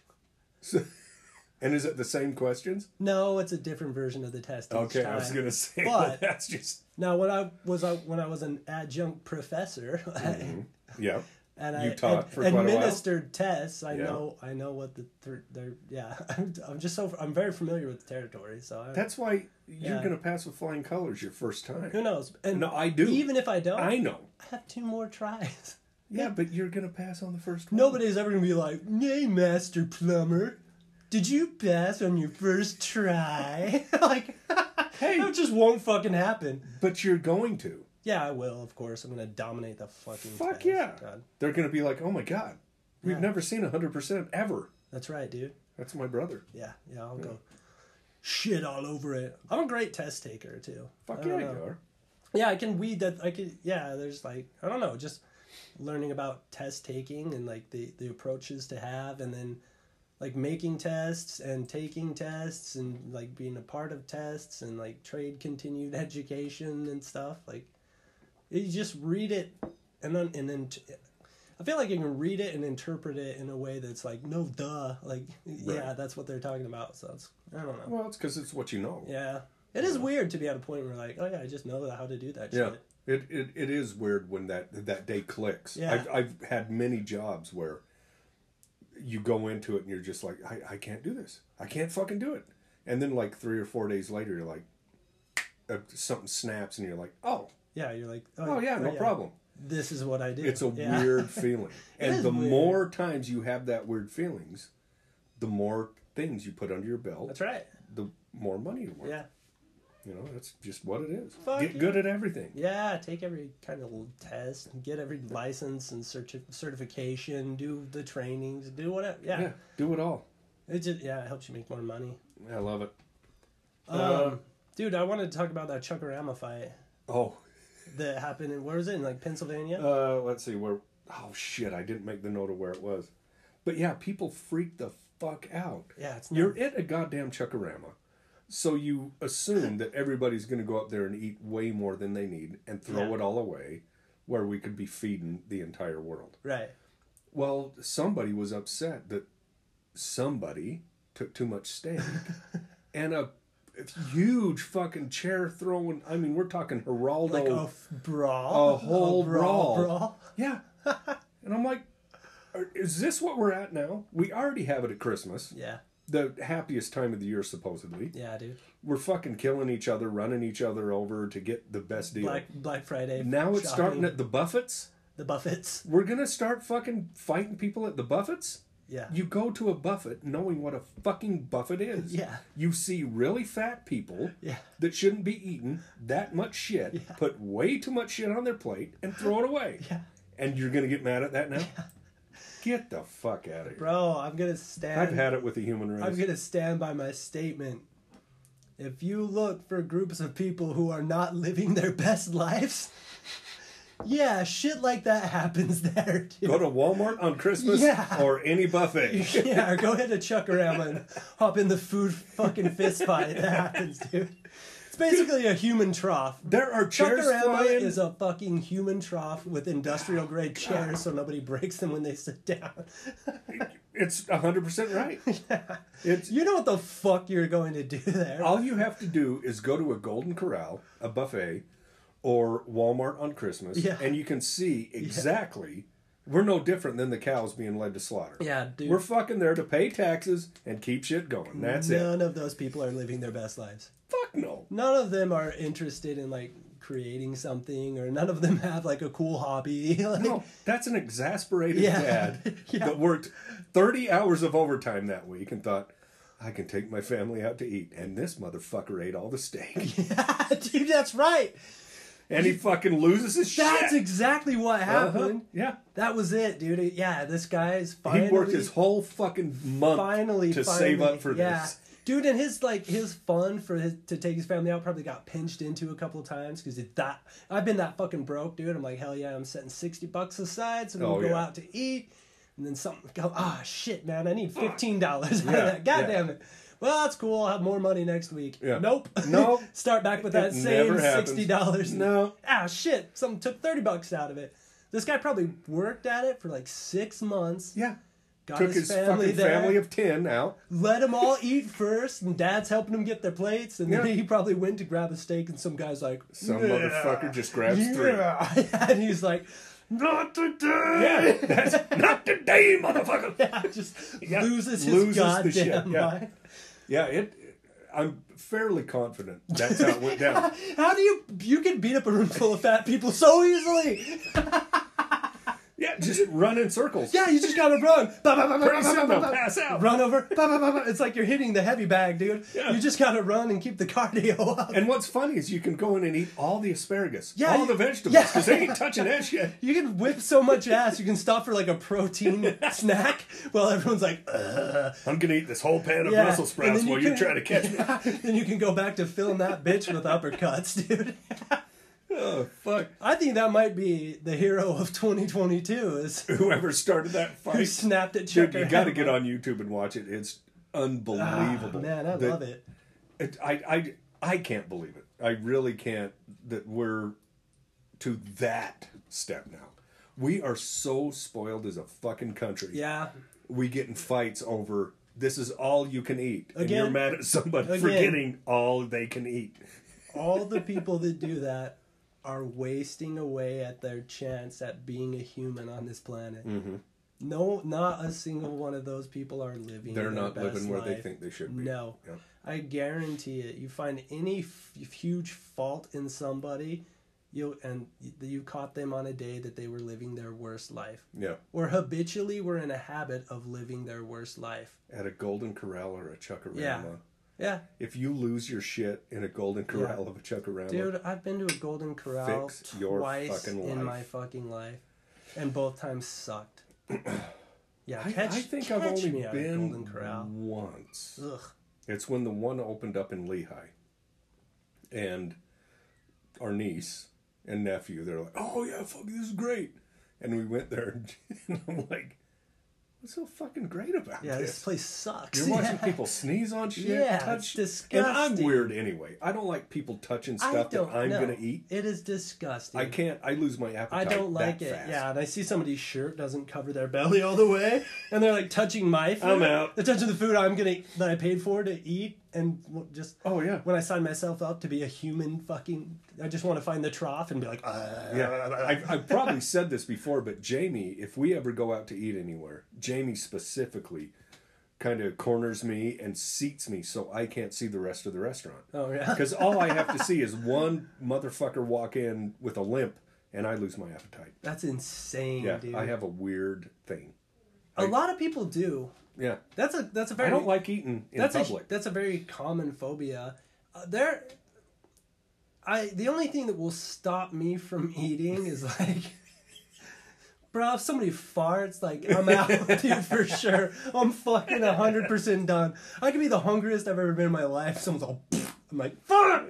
Speaker 2: And is it the same questions?
Speaker 3: No, it's a different version of the test. Each
Speaker 2: Okay,
Speaker 3: time.
Speaker 2: I was gonna say <laughs>
Speaker 3: But-
Speaker 2: that's just
Speaker 3: Now, when I was a, when I was an adjunct professor, <laughs>
Speaker 2: yeah.
Speaker 3: and I
Speaker 2: Mm-hmm. You taught
Speaker 3: ad-
Speaker 2: for quite a while?
Speaker 3: administered tests, I
Speaker 2: Yeah.
Speaker 3: know I know what the th- they're yeah. <laughs> I'm, I'm just so I'm very familiar with the territory, so I,
Speaker 2: That's why you're
Speaker 3: Yeah.
Speaker 2: gonna pass with flying colors your first time.
Speaker 3: who knows? And
Speaker 2: No, I do.
Speaker 3: Even if I don't,
Speaker 2: I
Speaker 3: I
Speaker 2: know.
Speaker 3: have two more tries. <laughs>
Speaker 2: Yeah, but you're gonna pass on the first one.
Speaker 3: Nobody's ever gonna be like, "Hey, Master Plumber, did you pass on your first try?" <laughs> like,
Speaker 2: Hey.
Speaker 3: that just won't fucking happen.
Speaker 2: but you're going to.
Speaker 3: Yeah, I will. Of course, I'm gonna dominate the fucking.
Speaker 2: Fuck
Speaker 3: test.
Speaker 2: yeah.
Speaker 3: God.
Speaker 2: They're gonna be like, oh my god, we've
Speaker 3: Yeah.
Speaker 2: never seen hundred percent ever.
Speaker 3: That's right, dude.
Speaker 2: That's my brother.
Speaker 3: Yeah, yeah, I'll go shit all over it. I'm a great test taker too.
Speaker 2: Fuck
Speaker 3: don't
Speaker 2: yeah,
Speaker 3: know.
Speaker 2: you are.
Speaker 3: Yeah, I can weed that. I could. Yeah, there's like I don't know, just learning about test taking and like the the approaches to have, and then like making tests and taking tests and like being a part of tests and like trade continued <laughs> education and stuff. Like you just read it and then and then. T- I feel like you can read it and interpret it in a way that's like no duh, like yeah,
Speaker 2: Right.
Speaker 3: that's what they're talking about. So it's, I don't know.
Speaker 2: Well, it's because it's what you know.
Speaker 3: Yeah. It is weird to be at a point where you're like, oh yeah, I just know how to do that
Speaker 2: Yeah.
Speaker 3: shit.
Speaker 2: It, it it is weird when that that day clicks.
Speaker 3: Yeah.
Speaker 2: I've I've had many jobs where you go into it and you're just like, I, I can't do this. I can't fucking do it. And then like three or four days later, you're like, uh, something snaps and you're like, oh,
Speaker 3: Yeah, you're like,
Speaker 2: oh yeah, no problem.
Speaker 3: This is what I do.
Speaker 2: It's a
Speaker 3: Yeah.
Speaker 2: weird feeling. And
Speaker 3: is
Speaker 2: the
Speaker 3: weird.
Speaker 2: more times you have that weird feelings, the more things you put under your
Speaker 3: <laughs>
Speaker 2: belt,
Speaker 3: That's right.
Speaker 2: the more money you work.
Speaker 3: Yeah.
Speaker 2: You know, that's just what it is.
Speaker 3: Fuck
Speaker 2: Get
Speaker 3: yeah.
Speaker 2: good at everything.
Speaker 3: Yeah, take every kind of little test, and get every license and certi- certification, do the trainings, do whatever. Yeah.
Speaker 2: yeah, do it all.
Speaker 3: It just yeah, it helps you make more money.
Speaker 2: I love it.
Speaker 3: Um,
Speaker 2: Uh,
Speaker 3: dude, I wanted to talk about that Chuckarama fight
Speaker 2: Oh,
Speaker 3: that happened in where was it? In like Pennsylvania?
Speaker 2: uh, let's see where. Oh shit! I didn't make the note of where it was, but yeah, people freak the fuck out.
Speaker 3: yeah, it's
Speaker 2: You're
Speaker 3: not,
Speaker 2: at a goddamn chuckarama, so you assume that everybody's going to go up there and eat way more than they need and throw
Speaker 3: Yeah.
Speaker 2: it all away, where we could be feeding the entire world.
Speaker 3: right.
Speaker 2: Well, somebody was upset that somebody took too
Speaker 3: <laughs>
Speaker 2: much steak and a huge fucking chair throwing. I mean, we're talking Geraldo.
Speaker 3: Like a f- brawl.
Speaker 2: Oh. A whole brawl.
Speaker 3: brawl.
Speaker 2: Yeah. <laughs> and I'm like, are- is this what we're at now? We already have it at Christmas,
Speaker 3: Yeah.
Speaker 2: the happiest time of the year, supposedly.
Speaker 3: Yeah, dude.
Speaker 2: We're fucking killing each other, running each other over to get the best deal.
Speaker 3: Black Black Friday.
Speaker 2: now it's
Speaker 3: shopping,
Speaker 2: starting at the Buffets.
Speaker 3: the Buffets.
Speaker 2: We're going to start fucking fighting people at the Buffets.
Speaker 3: Yeah.
Speaker 2: You go to a buffet knowing what a fucking buffet is.
Speaker 3: Yeah.
Speaker 2: You see really fat people
Speaker 3: Yeah.
Speaker 2: that shouldn't be eating that much shit, put way too much shit on their plate, and throw it away.
Speaker 3: Yeah.
Speaker 2: And you're going to get mad at that now? Get the fuck out of here.
Speaker 3: Bro, I'm gonna
Speaker 2: I've
Speaker 3: stand.
Speaker 2: had it with the human race.
Speaker 3: I'm gonna stand by my statement. If you look for groups of people who are not living their best lives, yeah, shit like that happens <laughs> there. Dude.
Speaker 2: Go to Walmart on Christmas
Speaker 3: Yeah.
Speaker 2: or any
Speaker 3: <laughs>
Speaker 2: buffet.
Speaker 3: yeah, or go ahead and chuck around and hop in the food fucking fist fight that happens, dude. It's basically a human trough.
Speaker 2: There are chairs
Speaker 3: Chuckarama
Speaker 2: flying.
Speaker 3: is a fucking human trough with industrial grade chairs so nobody breaks them when they sit down.
Speaker 2: It's
Speaker 3: <laughs>
Speaker 2: 100% right. It's
Speaker 3: You know what the fuck you're going to do there.
Speaker 2: All you have to do is go to a Golden Corral, a buffet, or Walmart on Christmas,
Speaker 3: Yeah.
Speaker 2: and you can see exactly. We're no different than the cows being led to slaughter.
Speaker 3: Yeah, dude.
Speaker 2: We're fucking there to pay taxes and keep shit going. That's it.
Speaker 3: None of those people are living their best lives.
Speaker 2: Fuck no.
Speaker 3: None of them are interested in like creating something or none of them <laughs> have like a cool hobby. <laughs> like,
Speaker 2: No, that's an exasperated
Speaker 3: Yeah.
Speaker 2: dad
Speaker 3: <laughs> Yeah.
Speaker 2: that worked 30 hours of overtime that week and thought, I can take my family out to eat. And this motherfucker ate all the steak.
Speaker 3: <laughs> Dude, that's right.
Speaker 2: And he fucking loses his
Speaker 3: That's
Speaker 2: shit.
Speaker 3: exactly what
Speaker 2: Uh-huh.
Speaker 3: happened.
Speaker 2: Yeah.
Speaker 3: That was it, dude. Yeah, this guy's finally
Speaker 2: He worked his whole fucking month
Speaker 3: finally
Speaker 2: to
Speaker 3: finally,
Speaker 2: save up for
Speaker 3: yeah.
Speaker 2: this.
Speaker 3: Dude, and his like his fun for his, to take his family out probably got pinched into a couple of times because that I've been that fucking broke, dude. I'm like, hell yeah, I'm setting sixty bucks aside so we
Speaker 2: Oh,
Speaker 3: can go
Speaker 2: yeah.
Speaker 3: out to eat, and then something go, ah shit, man, I
Speaker 2: <gasps>
Speaker 3: need fifteen dollars out
Speaker 2: Yeah,
Speaker 3: of that. God
Speaker 2: yeah.
Speaker 3: damn it. Well, that's cool. I'll have more money next week.
Speaker 2: Yeah.
Speaker 3: Nope.
Speaker 2: <laughs> Nope.
Speaker 3: <laughs> Start back with that
Speaker 2: It
Speaker 3: same
Speaker 2: never happens.
Speaker 3: sixty dollars.
Speaker 2: No.
Speaker 3: <laughs> Ah shit. Something took thirty bucks out of it. This guy probably worked at it for like six months.
Speaker 2: Yeah.
Speaker 3: Got
Speaker 2: Took
Speaker 3: his
Speaker 2: his,
Speaker 3: family
Speaker 2: fucking
Speaker 3: there.
Speaker 2: family of 10 out.
Speaker 3: let them all eat first, and Dad's helping them get their plates, and then
Speaker 2: Yeah.
Speaker 3: he probably went to grab a steak, and some guy's like,
Speaker 2: Some
Speaker 3: "Yeah,
Speaker 2: motherfucker just grabs three.
Speaker 3: yeah," <laughs> and he's like,
Speaker 2: Not today!
Speaker 3: <laughs>
Speaker 2: That's not today, motherfucker! <laughs>
Speaker 3: just loses his
Speaker 2: loses the
Speaker 3: goddamn
Speaker 2: shit, yeah.
Speaker 3: mind.
Speaker 2: Yeah, it. I'm fairly confident that's how it
Speaker 3: <laughs>
Speaker 2: went down.
Speaker 3: How do you you can beat up a room full of fat people so easily?
Speaker 2: Yeah, just run in circles.
Speaker 3: Yeah, you just gotta run. Ba, ba, ba, ba, ba,
Speaker 2: Pretty
Speaker 3: ba, <laughs>
Speaker 2: soon they'll
Speaker 3: ba, ba.
Speaker 2: pass out.
Speaker 3: Run over. Ba, ba, ba, ba. It's like you're hitting the heavy bag, dude.
Speaker 2: Yeah.
Speaker 3: You just gotta run and keep the cardio <laughs> up.
Speaker 2: And what's funny is you can go in and eat all the asparagus,
Speaker 3: Yeah,
Speaker 2: all
Speaker 3: you-
Speaker 2: the vegetables,
Speaker 3: yeah.
Speaker 2: because they ain't touching
Speaker 3: <laughs>
Speaker 2: that shit.
Speaker 3: You can whip so much ass, you can stop for like a
Speaker 2: <laughs>
Speaker 3: protein snack while everyone's like, Ugh.
Speaker 2: I'm gonna eat this whole pan of
Speaker 3: Yeah,
Speaker 2: Brussels
Speaker 3: and then
Speaker 2: sprouts
Speaker 3: you
Speaker 2: while you
Speaker 3: can-
Speaker 2: try to catch me.
Speaker 3: <laughs> then you can go back to filling that bitch with uppercuts, dude.
Speaker 2: Oh fuck!
Speaker 3: I think that might be the hero of 2022 is <laughs>
Speaker 2: Whoever started that
Speaker 3: who
Speaker 2: fight,
Speaker 3: snapped at
Speaker 2: dude,
Speaker 3: Checker.
Speaker 2: you got to get on YouTube and watch it. It's unbelievable.
Speaker 3: Man, I
Speaker 2: The-
Speaker 3: love it.
Speaker 2: it- I I I can't believe it. I really can't that we're to that step now. We are so spoiled as a fucking country.
Speaker 3: Yeah.
Speaker 2: we get in fights over this is all you can eat. and you're
Speaker 3: Again.
Speaker 2: mad at somebody for
Speaker 3: Again.
Speaker 2: getting all they can eat.
Speaker 3: All the people that do that are wasting away at their chance at being a human on this planet.
Speaker 2: Mm-hmm.
Speaker 3: No, not a single one of those people are living.
Speaker 2: They're
Speaker 3: their
Speaker 2: not
Speaker 3: best
Speaker 2: living where they
Speaker 3: life.
Speaker 2: think they should be.
Speaker 3: No.
Speaker 2: Yeah.
Speaker 3: I guarantee it. You find any f- huge fault in somebody, you and y- you caught them on a day that they were living their worst life,
Speaker 2: Yeah.
Speaker 3: or habitually were in a habit of living their worst life.
Speaker 2: At a Golden Corral or a Chuckarama.
Speaker 3: Yeah. Yeah,
Speaker 2: If you lose your shit in a Golden Corral of a Chuckarama,
Speaker 3: dude, I've been to a Golden Corral
Speaker 2: Fix your
Speaker 3: twice
Speaker 2: fucking
Speaker 3: in
Speaker 2: life.
Speaker 3: my fucking life, and both times
Speaker 2: <clears throat>
Speaker 3: sucked. Yeah,
Speaker 2: I,
Speaker 3: catch,
Speaker 2: I think
Speaker 3: catch
Speaker 2: I've only
Speaker 3: me at a Golden
Speaker 2: been
Speaker 3: Corral.
Speaker 2: once.
Speaker 3: Ugh.
Speaker 2: It's when the one opened up in Lehigh. And our niece and nephew, they're like, oh, yeah, fuck, this is great. And we went there, <laughs> and I'm like, what's so fucking great about
Speaker 3: Yeah, this
Speaker 2: this?
Speaker 3: place sucks.
Speaker 2: You're watching
Speaker 3: <laughs> Yeah.
Speaker 2: people sneeze on shit,
Speaker 3: Yeah,
Speaker 2: touch.
Speaker 3: it's
Speaker 2: And I'm
Speaker 3: disgusting.
Speaker 2: weird anyway. I don't like people touching
Speaker 3: I
Speaker 2: stuff that
Speaker 3: don't
Speaker 2: I'm
Speaker 3: know.
Speaker 2: going to eat.
Speaker 3: It is disgusting.
Speaker 2: I can't, I lose my
Speaker 3: I
Speaker 2: appetite.
Speaker 3: don't like
Speaker 2: that
Speaker 3: it.
Speaker 2: fast.
Speaker 3: Yeah, and I see somebody's shirt doesn't cover their belly all the way, <laughs> and they're like touching my food.
Speaker 2: I'm out.
Speaker 3: They're touching the food I'm gonna that I paid for to eat, and w- just
Speaker 2: Oh, yeah.
Speaker 3: when I sign myself up to be a human fucking, I just want to find the trough and be like, "Ah."
Speaker 2: Yeah, I've, Uh, I've probably said this before, but Jamie, if we ever go out to eat anywhere, Jamie specifically kind of corners me and seats me so I can't see the rest of the restaurant.
Speaker 3: oh yeah,
Speaker 2: Because all I have to see is one motherfucker walk in with a limp and I lose my appetite.
Speaker 3: <laughs> that's insane,
Speaker 2: Yeah,
Speaker 3: dude.
Speaker 2: I have a weird thing.
Speaker 3: a lot of people do.
Speaker 2: Yeah.
Speaker 3: That's a that's a very
Speaker 2: I don't like eating in
Speaker 3: that's
Speaker 2: public.
Speaker 3: A, that's a very common phobia. Uh, there, I the only thing that will stop me
Speaker 2: <laughs>
Speaker 3: from eating is like, <laughs> bro, if somebody farts, like I'm out, <laughs> dude, for sure. I'm fucking hundred percent done. I could be the hungriest I've ever been in my life. Someone's all, <laughs> I'm like, fuck,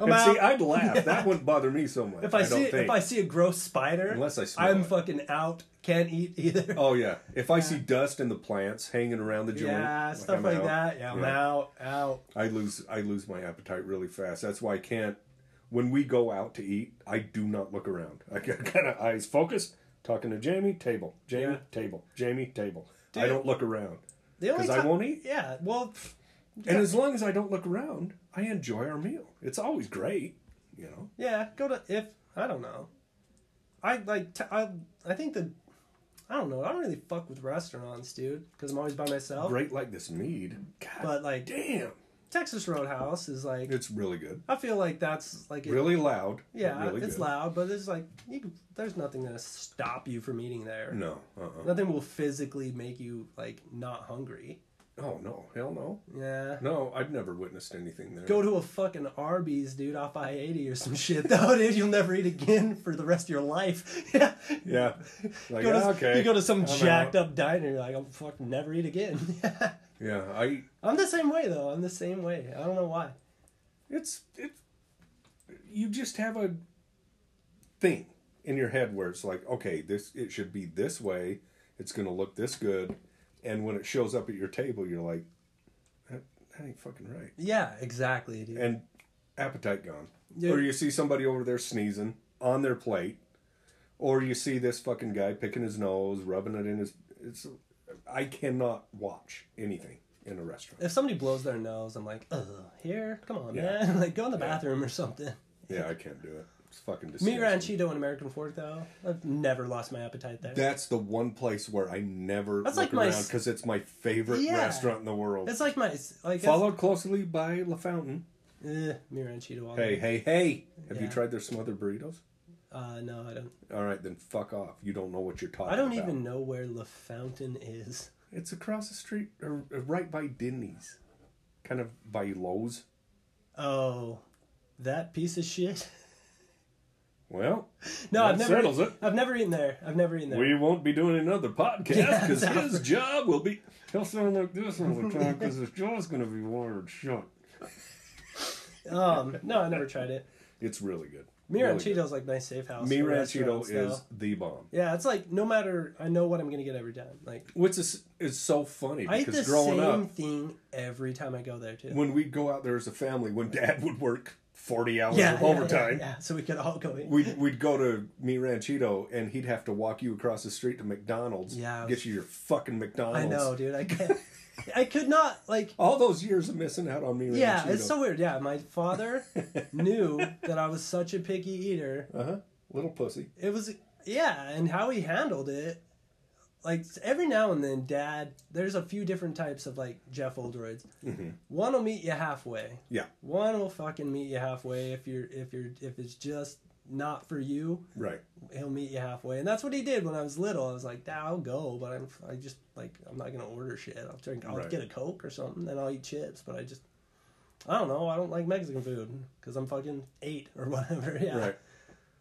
Speaker 3: I'm
Speaker 2: and
Speaker 3: out.
Speaker 2: see, I'd
Speaker 3: <laughs>
Speaker 2: laugh. That wouldn't bother me so much.
Speaker 3: if I,
Speaker 2: I
Speaker 3: see
Speaker 2: don't think.
Speaker 3: if I see a gross spider,
Speaker 2: Unless I smell
Speaker 3: I'm
Speaker 2: it.
Speaker 3: fucking out. Can't eat
Speaker 2: <laughs>
Speaker 3: either.
Speaker 2: Oh yeah! If I see dust in the plants hanging around the joint,
Speaker 3: yeah,
Speaker 2: like,
Speaker 3: stuff
Speaker 2: I'm
Speaker 3: like
Speaker 2: out.
Speaker 3: that. Yeah, I'm
Speaker 2: Yeah.
Speaker 3: out, out.
Speaker 2: I lose I lose my appetite really fast. That's why I can't. When we go out to eat, I do not look around. I got <laughs> kind of eyes focused, talking to Jamie. Table, Jamie,
Speaker 3: Yeah.
Speaker 2: table, Jamie, table. I
Speaker 3: Dude.
Speaker 2: don't look around,
Speaker 3: The only
Speaker 2: 'Cause I
Speaker 3: ti-
Speaker 2: won't eat.
Speaker 3: Yeah, well. pff,
Speaker 2: and as long as I don't look around, I enjoy our meal. It's always great, you know.
Speaker 3: Yeah, go to if I don't know. I like t- I I think the I don't know. I don't really fuck with restaurants, dude, because I'm always by myself.
Speaker 2: Great like this mead. God
Speaker 3: Oh. But like,
Speaker 2: damn,
Speaker 3: Texas Roadhouse is like
Speaker 2: It's really good.
Speaker 3: I feel like that's like it-
Speaker 2: Really loud. but
Speaker 3: yeah,
Speaker 2: really
Speaker 3: it's
Speaker 2: good.
Speaker 3: loud, but it's like you can, there's nothing gonna stop you from eating there.
Speaker 2: No. Uh-uh.
Speaker 3: Nothing will physically make you like not hungry.
Speaker 2: Oh no, hell no.
Speaker 3: Yeah.
Speaker 2: No, I've never witnessed anything there.
Speaker 3: Go to a fucking Arby's, dude, off I eighty or some shit though, <laughs> dude. You'll never eat again for the rest of your life. <laughs> yeah.
Speaker 2: yeah. Like,
Speaker 3: go to,
Speaker 2: "Ah, okay.
Speaker 3: You go to some
Speaker 2: I'm
Speaker 3: jacked
Speaker 2: out."
Speaker 3: up diner, you're like, I'll fucking never eat again. <laughs>
Speaker 2: Yeah, I
Speaker 3: I'm the same way though. I'm the same way. I don't know why.
Speaker 2: it's it you just have a thing in your head where it's like okay this it should be this way it's going to look this good and when it shows up at your table you're like that, that ain't fucking right
Speaker 3: Yeah, exactly, dude.
Speaker 2: and appetite gone
Speaker 3: Yeah.
Speaker 2: or you see somebody over there sneezing on their plate or you see this fucking guy picking his nose rubbing it in his it's i cannot watch anything in a restaurant
Speaker 3: if somebody blows their nose, I'm like, ugh, here, come on,
Speaker 2: Yeah.
Speaker 3: man. <laughs> like, go in the bathroom or
Speaker 2: <laughs>
Speaker 3: something.
Speaker 2: yeah i can't do it it's fucking disgusting
Speaker 3: Meat Ranchito and American Fork, though, I've never lost my appetite there.
Speaker 2: That's the one place where I never
Speaker 3: That's
Speaker 2: look
Speaker 3: like my
Speaker 2: around
Speaker 3: s-
Speaker 2: because it's my favorite
Speaker 3: Yeah.
Speaker 2: restaurant in the world.
Speaker 3: it's like my, it's like,
Speaker 2: Followed closely by La Fountain.
Speaker 3: it's, eh, Meat Ranchito. All
Speaker 2: Hey,
Speaker 3: day.
Speaker 2: hey, hey! Have you
Speaker 3: Yeah.
Speaker 2: tried their smothered burritos?
Speaker 3: Uh, no, I don't.
Speaker 2: All right, then fuck off. You don't know what you're talking.
Speaker 3: I don't
Speaker 2: about.
Speaker 3: even know where La Fountain is.
Speaker 2: It's across the street, or, or right by Denny's, kind of by Lowe's.
Speaker 3: Oh, that piece of shit. <laughs>
Speaker 2: Well,
Speaker 3: No,
Speaker 2: That
Speaker 3: I've never.
Speaker 2: settles it.
Speaker 3: I've never eaten there. I've never eaten there.
Speaker 2: we won't be doing another podcast
Speaker 3: Yeah,
Speaker 2: because
Speaker 3: no.
Speaker 2: his job will be. He'll sound like this all
Speaker 3: <laughs>
Speaker 2: the time because his jaw's going to be wired shut.
Speaker 3: Um, no, I never tried it.
Speaker 2: It's really good.
Speaker 3: Mi
Speaker 2: <laughs> really
Speaker 3: Ranchito's like my safe house.
Speaker 2: Good. Mi
Speaker 3: for
Speaker 2: Ranchito
Speaker 3: restaurants, though.
Speaker 2: is the bomb.
Speaker 3: Yeah, it's like no matter I know what I'm gonna get every time. Like
Speaker 2: Which is is so funny
Speaker 3: I eat the
Speaker 2: because growing
Speaker 3: same
Speaker 2: up,
Speaker 3: thing every time I go there too.
Speaker 2: when we'd go out there as a family, when Dad would work forty hours
Speaker 3: yeah,
Speaker 2: of
Speaker 3: yeah,
Speaker 2: overtime,
Speaker 3: Yeah, yeah, so we could all go eat.
Speaker 2: we'd we'd go to Mi Ranchito, and he'd have to walk you across the street to McDonald's.
Speaker 3: Yeah, I was-
Speaker 2: get you your fucking McDonald's.
Speaker 3: I know, dude. I
Speaker 2: <laughs>
Speaker 3: can't. I could not like.
Speaker 2: All those years of missing out on Mi Ranchito.
Speaker 3: Yeah, it's so weird. Yeah, my
Speaker 2: <laughs>
Speaker 3: father knew that I was such a picky eater.
Speaker 2: uh huh. Little pussy.
Speaker 3: It was yeah, and how he handled it. Like every now and then, Dad. There's a few different types of like Jeff Oldroyds.
Speaker 2: Mm-hmm.
Speaker 3: One will meet you halfway.
Speaker 2: Yeah,
Speaker 3: One will fucking meet you halfway if you're if you're if it's just not for you.
Speaker 2: right.
Speaker 3: he'll meet you halfway. And that's what he did when I was little. I was like, nah, I'll go, but I'm I just like I'm not gonna order shit. I'll drink I'll
Speaker 2: Right.
Speaker 3: get a Coke or something, and I'll eat chips, but I just I don't know. I don't like Mexican food because I'm fucking eight or <laughs> whatever. Yeah.
Speaker 2: Right. <laughs>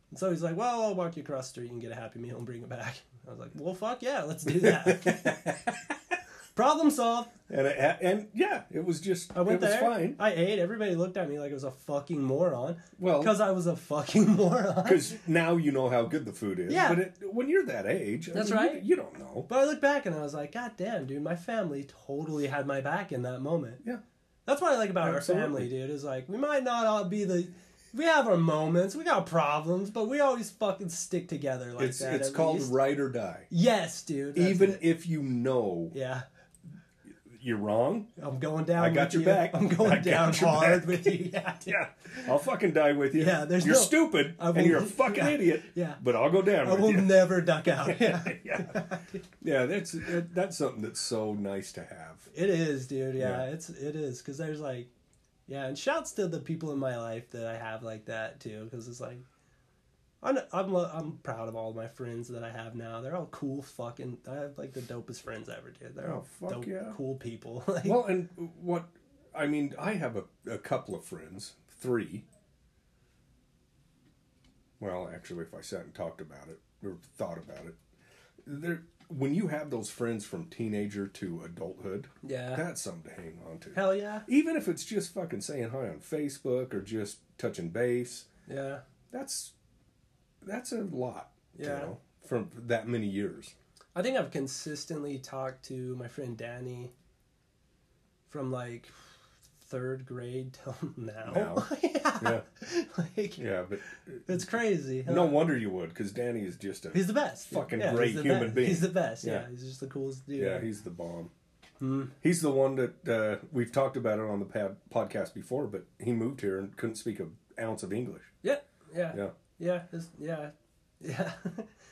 Speaker 3: And so he's like, "Well, I'll walk you across the street and get a happy meal and bring it back." I was like, "Well, fuck yeah, let's do
Speaker 2: <laughs>
Speaker 3: that." Problem solved.
Speaker 2: And it, and yeah, it was just
Speaker 3: I went
Speaker 2: it was
Speaker 3: there.
Speaker 2: fine.
Speaker 3: I ate. Everybody looked at me like I was a fucking moron.
Speaker 2: Well-
Speaker 3: because I was a fucking <laughs> moron.
Speaker 2: Because now you know how good the food is.
Speaker 3: Yeah.
Speaker 2: But it, when you're that age, I
Speaker 3: That's
Speaker 2: mean, you-
Speaker 3: right.
Speaker 2: You don't know.
Speaker 3: But I look back and I was like, God damn, dude, my family totally had my back in that moment.
Speaker 2: Yeah.
Speaker 3: That's what I like about
Speaker 2: Absolutely.
Speaker 3: our family, dude. Is like we might not all be the, we have our moments, we got problems, but we always fucking stick together like
Speaker 2: It's
Speaker 3: that.
Speaker 2: it's
Speaker 3: at
Speaker 2: called
Speaker 3: least.
Speaker 2: ride or die.
Speaker 3: yes, dude. that's
Speaker 2: even
Speaker 3: it.
Speaker 2: if you know
Speaker 3: yeah,
Speaker 2: you're wrong.
Speaker 3: I'm going down.
Speaker 2: I got
Speaker 3: with
Speaker 2: your
Speaker 3: you.
Speaker 2: back.
Speaker 3: <laughs> I'm
Speaker 2: I
Speaker 3: going
Speaker 2: got
Speaker 3: down
Speaker 2: your
Speaker 3: hard
Speaker 2: back.
Speaker 3: with
Speaker 2: <laughs>
Speaker 3: you. Yeah, dude.
Speaker 2: I'll fucking die with you.
Speaker 3: Yeah, there's
Speaker 2: you're
Speaker 3: no-
Speaker 2: stupid
Speaker 3: I
Speaker 2: and
Speaker 3: will-
Speaker 2: you're a fucking
Speaker 3: yeah,
Speaker 2: idiot.
Speaker 3: yeah.
Speaker 2: but I'll go down
Speaker 3: I
Speaker 2: with
Speaker 3: will
Speaker 2: you.
Speaker 3: never duck out. Yeah.
Speaker 2: <laughs> yeah, yeah, that's that, that's something that's so nice to have.
Speaker 3: It is, dude. Yeah,
Speaker 2: Yeah.
Speaker 3: it's it is because there's like, yeah, and shouts to the people in my life that I have like that too, because it's like, I'm I'm lo- I'm proud of all my friends that I have now. They're all cool fucking. I have like the dopest friends ever, dude. They're all
Speaker 2: Oh, fuck
Speaker 3: dope,
Speaker 2: yeah.
Speaker 3: cool people. <laughs> like,
Speaker 2: Well, and what I mean, I have a, a couple of friends, three. Well, actually, if I sat and talked about it or thought about it, there when you have those friends from teenager to adulthood,
Speaker 3: Yeah.
Speaker 2: that's something to hang on to.
Speaker 3: hell yeah,
Speaker 2: even if it's just fucking saying hi on Facebook or just touching base,
Speaker 3: yeah,
Speaker 2: that's that's a lot.
Speaker 3: Yeah.
Speaker 2: You know, from that many years.
Speaker 3: I think I've consistently talked to my friend Danny from like third grade till <laughs> now.
Speaker 2: Now.
Speaker 3: yeah.
Speaker 2: Yeah.
Speaker 3: <laughs> Like
Speaker 2: Yeah, but
Speaker 3: it's crazy.
Speaker 2: Uh, no
Speaker 3: huh?
Speaker 2: wonder you would, because Danny is just a
Speaker 3: He's the best.
Speaker 2: Fucking
Speaker 3: he's
Speaker 2: great
Speaker 3: the
Speaker 2: human
Speaker 3: best.
Speaker 2: being.
Speaker 3: He's the best. Yeah.
Speaker 2: Yeah.
Speaker 3: he's just the coolest dude.
Speaker 2: yeah,
Speaker 3: Yeah, Hmm.
Speaker 2: he's the bomb. He's the one that uh, we've talked about it on the pad, podcast before, but he moved here and couldn't speak an ounce of English.
Speaker 3: yeah, yeah,
Speaker 2: Yeah,
Speaker 3: yeah. <laughs> His, yeah. Yeah.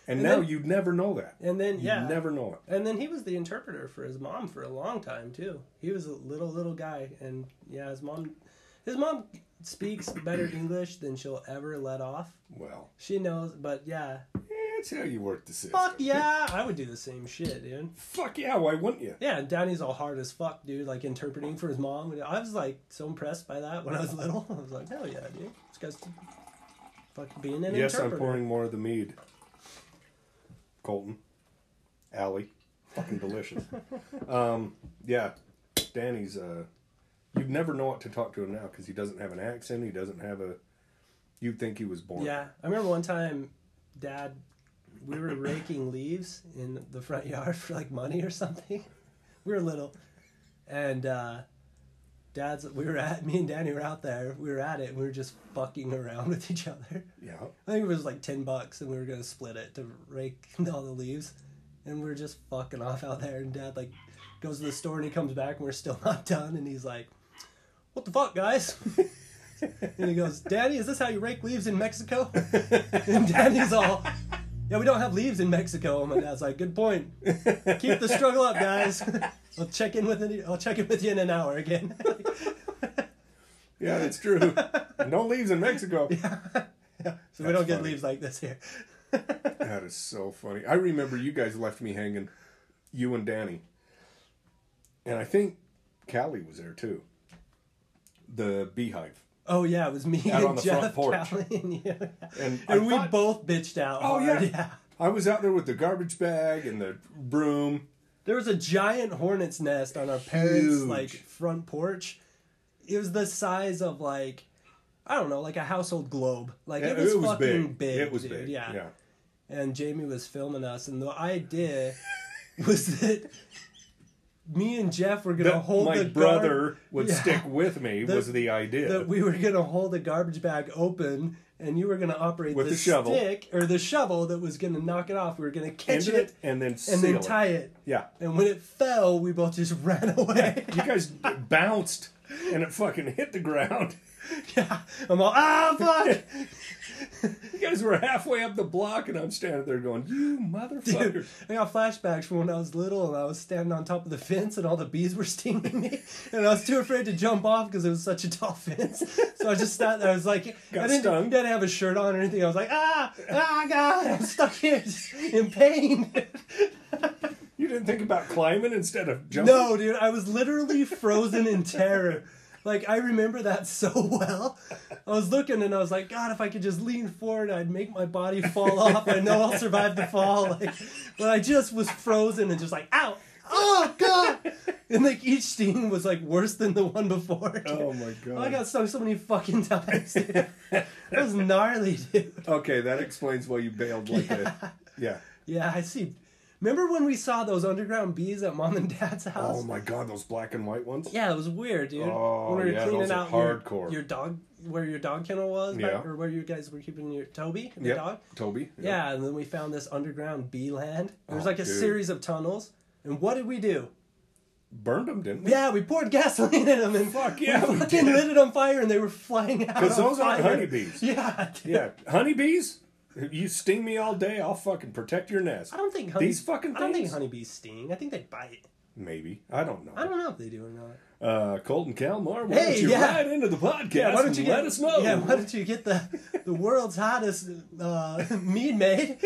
Speaker 2: And,
Speaker 3: And
Speaker 2: now
Speaker 3: then-
Speaker 2: you never know that.
Speaker 3: And then
Speaker 2: You
Speaker 3: yeah.
Speaker 2: never know it.
Speaker 3: And then he was the interpreter for his mom for a long time too. He was a little little guy, and yeah, his mom, his mom speaks better English than she'll ever let off.
Speaker 2: Well,
Speaker 3: She knows, but yeah,
Speaker 2: that's how you work the system.
Speaker 3: fuck yeah, I would do the same shit, dude.
Speaker 2: Fuck yeah, why wouldn't you?
Speaker 3: Yeah, and Downey's all hard as fuck, dude. Like interpreting for his mom. And I was like so impressed by that when I was <laughs> little. I was like, hell yeah, dude. This guy's fucking being an
Speaker 2: yes, I'm
Speaker 3: interpreter.
Speaker 2: pouring more of the mead. Colton. Allie. Fucking
Speaker 3: <laughs>
Speaker 2: delicious. um, yeah. Danny's, uh, you'd never know what to talk to him now because he doesn't have an accent. He doesn't have a, you'd think he was born.
Speaker 3: Yeah, I remember one time, Dad, we were <laughs> raking leaves in the front yard for like money or something. <laughs> We were little, and uh, Dad's we were at <laughs> me and Danny were out there. We were at it. and We were just fucking around <laughs> with each other.
Speaker 2: Yeah.
Speaker 3: I think it was like ten bucks, and we were gonna split it to rake <laughs> all the leaves, and we were just fucking off out there. And Dad like goes to the store and he comes back, and we're still <laughs> not done, and he's like, "What the fuck, guys?" <laughs> and he goes, "Daddy, is this how you rake leaves in Mexico?" <laughs> and Daddy's all, "Yeah, we don't have leaves in Mexico." And my dad's like, "Good point. Keep the struggle up, guys. <laughs> I'll check in with it. I'll check in with you in an hour again." <laughs>
Speaker 2: Yeah, that's true. no leaves
Speaker 3: <laughs>
Speaker 2: in Mexico.
Speaker 3: so we don't get
Speaker 2: funny.
Speaker 3: leaves like this here.
Speaker 2: That is so funny. I remember you guys left me hanging, you and Danny. And I think Callie was there too. The beehive.
Speaker 3: Oh yeah, it was me
Speaker 2: Out
Speaker 3: and
Speaker 2: on the front
Speaker 3: Jeff
Speaker 2: porch.
Speaker 3: Callie <laughs> and you.
Speaker 2: And, I
Speaker 3: and we
Speaker 2: thought-
Speaker 3: both bitched out.
Speaker 2: Oh,
Speaker 3: hard,
Speaker 2: yeah. I was out there with the garbage bag and the broom.
Speaker 3: There was a giant hornet's nest on our parents'
Speaker 2: Huge.
Speaker 3: like front porch. It was the size of like I don't know, like a household globe. Like it was, fucking big.
Speaker 2: It was
Speaker 3: dude,
Speaker 2: big.
Speaker 3: Yeah.
Speaker 2: Yeah.
Speaker 3: And Jamie was filming us, and the idea <laughs> was that me and Jeff were gonna
Speaker 2: That
Speaker 3: hold
Speaker 2: my
Speaker 3: the
Speaker 2: brother
Speaker 3: gar-
Speaker 2: would
Speaker 3: Yeah.
Speaker 2: stick with me was the idea.
Speaker 3: that we were gonna hold a garbage bag open and you were gonna operate
Speaker 2: With
Speaker 3: the,
Speaker 2: the shovel.
Speaker 3: stick or the shovel that was gonna knock it off. We were gonna catch
Speaker 2: End
Speaker 3: it,
Speaker 2: it and then
Speaker 3: and
Speaker 2: seal
Speaker 3: then
Speaker 2: it.
Speaker 3: tie it.
Speaker 2: Yeah.
Speaker 3: And when it fell, we both just <laughs> ran
Speaker 2: <laughs>
Speaker 3: away.
Speaker 2: You guys bounced and it fucking hit the ground. <laughs>
Speaker 3: yeah. I'm all ah fuck.
Speaker 2: You guys were halfway up the block and I'm standing there going, You motherfucker.
Speaker 3: Dude, I got flashbacks from when I was little and I was standing on top of the fence and all the bees were stinging me and I was too afraid to jump off because it was such a tall <laughs> fence. So I just sat there. I was like, I
Speaker 2: Got
Speaker 3: didn't,
Speaker 2: stung.
Speaker 3: didn't have a shirt on or anything. I was like, ah, ah, God, I'm stuck here just in pain.
Speaker 2: You didn't think about climbing instead of jumping?
Speaker 3: No, dude, I was literally frozen in terror. Like I remember that <laughs> so well. I was looking and I was like, God, if I could just lean forward, I'd make my body fall off. I know I'll survive the fall. <laughs> Like, but I just was frozen and just like, ow, oh God. And like each sting was like worse than the one before.
Speaker 2: <laughs> Oh my
Speaker 3: <laughs>
Speaker 2: god.
Speaker 3: I got stung so many fucking times. Dude. That was gnarly, dude.
Speaker 2: Okay, that explains why you bailed like that. Yeah.
Speaker 3: <laughs> Yeah, I see. Remember when we saw those underground bees at mom and dad's house?
Speaker 2: Oh my god, those black and white ones.
Speaker 3: Yeah, it was weird, dude.
Speaker 2: Oh,
Speaker 3: when we were
Speaker 2: yeah,
Speaker 3: cleaning
Speaker 2: those are
Speaker 3: out your- Your,
Speaker 2: hardcore.
Speaker 3: dog, where your dog kennel was, back-
Speaker 2: Yeah.
Speaker 3: or where you guys were keeping your Toby, the
Speaker 2: Yep.
Speaker 3: dog.
Speaker 2: Toby. Yep.
Speaker 3: Yeah, and then we found this underground bee land. There was
Speaker 2: Oh,
Speaker 3: like a
Speaker 2: dude.
Speaker 3: series of tunnels. And what did we do?
Speaker 2: Burned them, didn't we? <laughs>
Speaker 3: Yeah, we poured gasoline in them and
Speaker 2: Fuck
Speaker 3: we
Speaker 2: yeah, we
Speaker 3: fucking
Speaker 2: did.
Speaker 3: lit it on fire and they were flying out.
Speaker 2: Because
Speaker 3: on
Speaker 2: those aren't
Speaker 3: fire.
Speaker 2: honeybees.
Speaker 3: Yeah, dude.
Speaker 2: Yeah, honeybees. You sting me all day, I'll fucking protect your nest.
Speaker 3: I don't think honey,
Speaker 2: These fucking
Speaker 3: I don't think
Speaker 2: things?
Speaker 3: honeybees sting. I think they bite.
Speaker 2: Maybe I don't know.
Speaker 3: I don't know if they do or not.
Speaker 2: Uh, Colton Kalmar, why
Speaker 3: Hey,
Speaker 2: don't you
Speaker 3: yeah.
Speaker 2: ride into the podcast?
Speaker 3: why don't you
Speaker 2: and
Speaker 3: get,
Speaker 2: let us know?
Speaker 3: Yeah, why don't you get the the world's hottest uh, <laughs> mead maid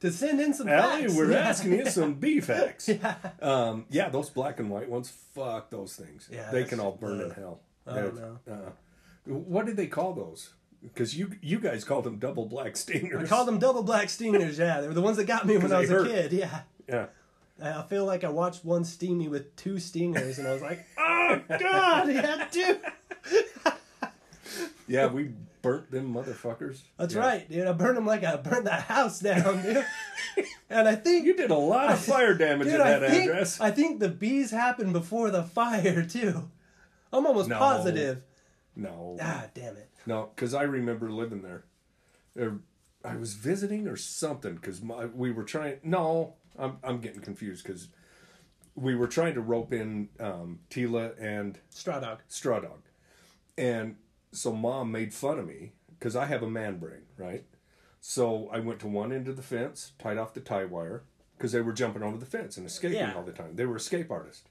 Speaker 3: to send in some
Speaker 2: Allie,
Speaker 3: facts?
Speaker 2: we're
Speaker 3: yeah.
Speaker 2: asking
Speaker 3: <laughs>
Speaker 2: you some bee facts. yeah. Um, yeah, those black and white ones. Fuck those things.
Speaker 3: Yeah,
Speaker 2: they
Speaker 3: that's-
Speaker 2: can all burn in
Speaker 3: uh,
Speaker 2: hell.
Speaker 3: I don't know.
Speaker 2: Uh, what did they call those? Because you you guys called them double black <laughs> stingers.
Speaker 3: I call them double black stingers. Yeah, they were the ones that got me when I was
Speaker 2: they
Speaker 3: a
Speaker 2: hurt.
Speaker 3: kid. Yeah.
Speaker 2: Yeah.
Speaker 3: I feel like I watched one steamy with two stingers, and I was like, <laughs> "Oh God, he had
Speaker 2: <laughs>
Speaker 3: two."
Speaker 2: Yeah, we burnt them motherfuckers.
Speaker 3: That's
Speaker 2: Yeah.
Speaker 3: right, dude. I burned him like I burned that house down, dude. and I think
Speaker 2: You did a lot of fire damage
Speaker 3: Dude,
Speaker 2: in that
Speaker 3: I think,
Speaker 2: address.
Speaker 3: I think the bees happened before the fire too. I'm almost
Speaker 2: No.
Speaker 3: positive.
Speaker 2: No.
Speaker 3: Ah, damn it.
Speaker 2: No, because I remember living there. Or I was visiting or something because we were trying. No, I'm I'm getting confused because we were trying to rope in um, Tila and
Speaker 3: Straw dog.
Speaker 2: Straw Dog, and so Mom made fun of me because I have a man brain, right? So I went to one end of the fence, tied off the tie wire, because they were jumping over the fence and escaping
Speaker 1: Yeah.
Speaker 2: all the time. They were escape artists.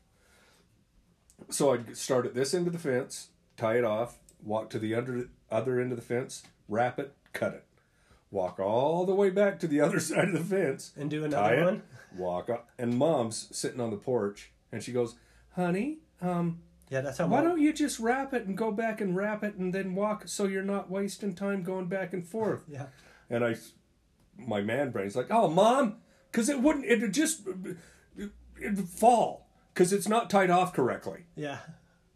Speaker 2: So I'd start at this end of the fence, tie it off, walk to the under, other end of the fence, wrap it, cut it. Walk all the way back to the <laughs> other side of the fence
Speaker 3: And do another
Speaker 2: tie it,
Speaker 3: one?
Speaker 2: walk up. And mom's sitting on the porch and she goes, Honey, um,
Speaker 3: Yeah, that's how
Speaker 2: why
Speaker 3: mom-
Speaker 2: don't you just wrap it and go back and wrap it and then walk so you're not wasting time going back and forth?
Speaker 3: Yeah.
Speaker 2: And I, my man brain's like, Oh, mom, because it wouldn't, it'd just it'd fall because it's not tied off correctly.
Speaker 3: Yeah.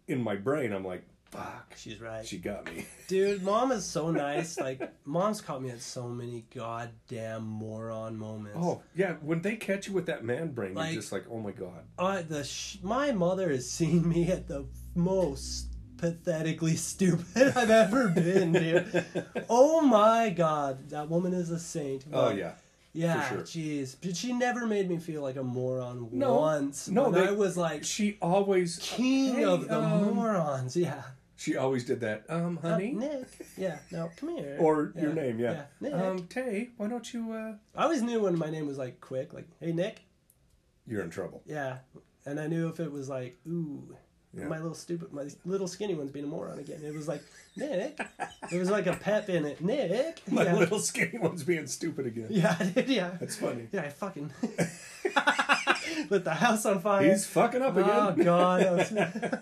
Speaker 2: In my brain, I'm like, Fuck,
Speaker 3: She's right.
Speaker 2: she got me. <laughs>
Speaker 3: Dude, mom is so nice. Like, mom's caught me at so many goddamn moron moments.
Speaker 2: Oh, yeah, when they catch you with that man brain,
Speaker 3: Like-
Speaker 2: you're just like, Oh my God.
Speaker 3: Uh, the sh- my mother has seen me at the most pathetically stupid I've ever been, dude. oh my god, that woman is a saint.
Speaker 2: Oh,
Speaker 3: But-
Speaker 2: yeah.
Speaker 3: yeah,
Speaker 2: for sure.
Speaker 3: jeez. But she never made me feel like a moron
Speaker 2: No,
Speaker 3: once.
Speaker 2: no,
Speaker 3: when
Speaker 2: they-
Speaker 3: I was like
Speaker 2: She always
Speaker 3: king
Speaker 2: Hey,
Speaker 3: of the
Speaker 2: um,
Speaker 3: morons. Yeah,
Speaker 2: She always did that. Um,
Speaker 3: Uh,
Speaker 2: honey.
Speaker 3: Nick. Yeah, no, come here.
Speaker 2: or
Speaker 3: Yeah,
Speaker 2: your name, yeah.
Speaker 3: Nick.
Speaker 2: um, Tay, why don't you? uh
Speaker 3: I always knew when my name was like quick, like hey Nick.
Speaker 2: You're in trouble.
Speaker 3: Yeah, and I knew if it was like, ooh,
Speaker 2: Yeah.
Speaker 3: my little stupid, my little skinny one's being a moron again. It was like Nick. There was like a pep in it, Nick.
Speaker 2: My
Speaker 3: yeah.
Speaker 2: little skinny one's being stupid again.
Speaker 3: <laughs> yeah, I did, yeah.
Speaker 2: That's funny.
Speaker 3: Yeah, I fucking <laughs> lit the house on fire.
Speaker 2: He's fucking up
Speaker 3: oh
Speaker 2: again.
Speaker 3: <laughs> god. that was-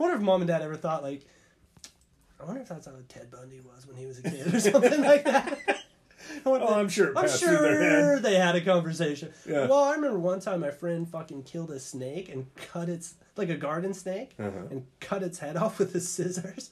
Speaker 3: I wonder if mom and dad ever thought like, I wonder if that's how Ted Bundy was when he was a kid or <laughs> something like that. I wonder-
Speaker 2: Oh, I'm sure. It
Speaker 3: I'm
Speaker 2: passed Through their
Speaker 3: sure
Speaker 2: head.
Speaker 3: they had a conversation.
Speaker 2: Yeah.
Speaker 3: Well, I remember one time my friend fucking killed a snake and cut its like a garden snake
Speaker 2: Uh-huh.
Speaker 3: and cut its head <laughs> off with his scissors.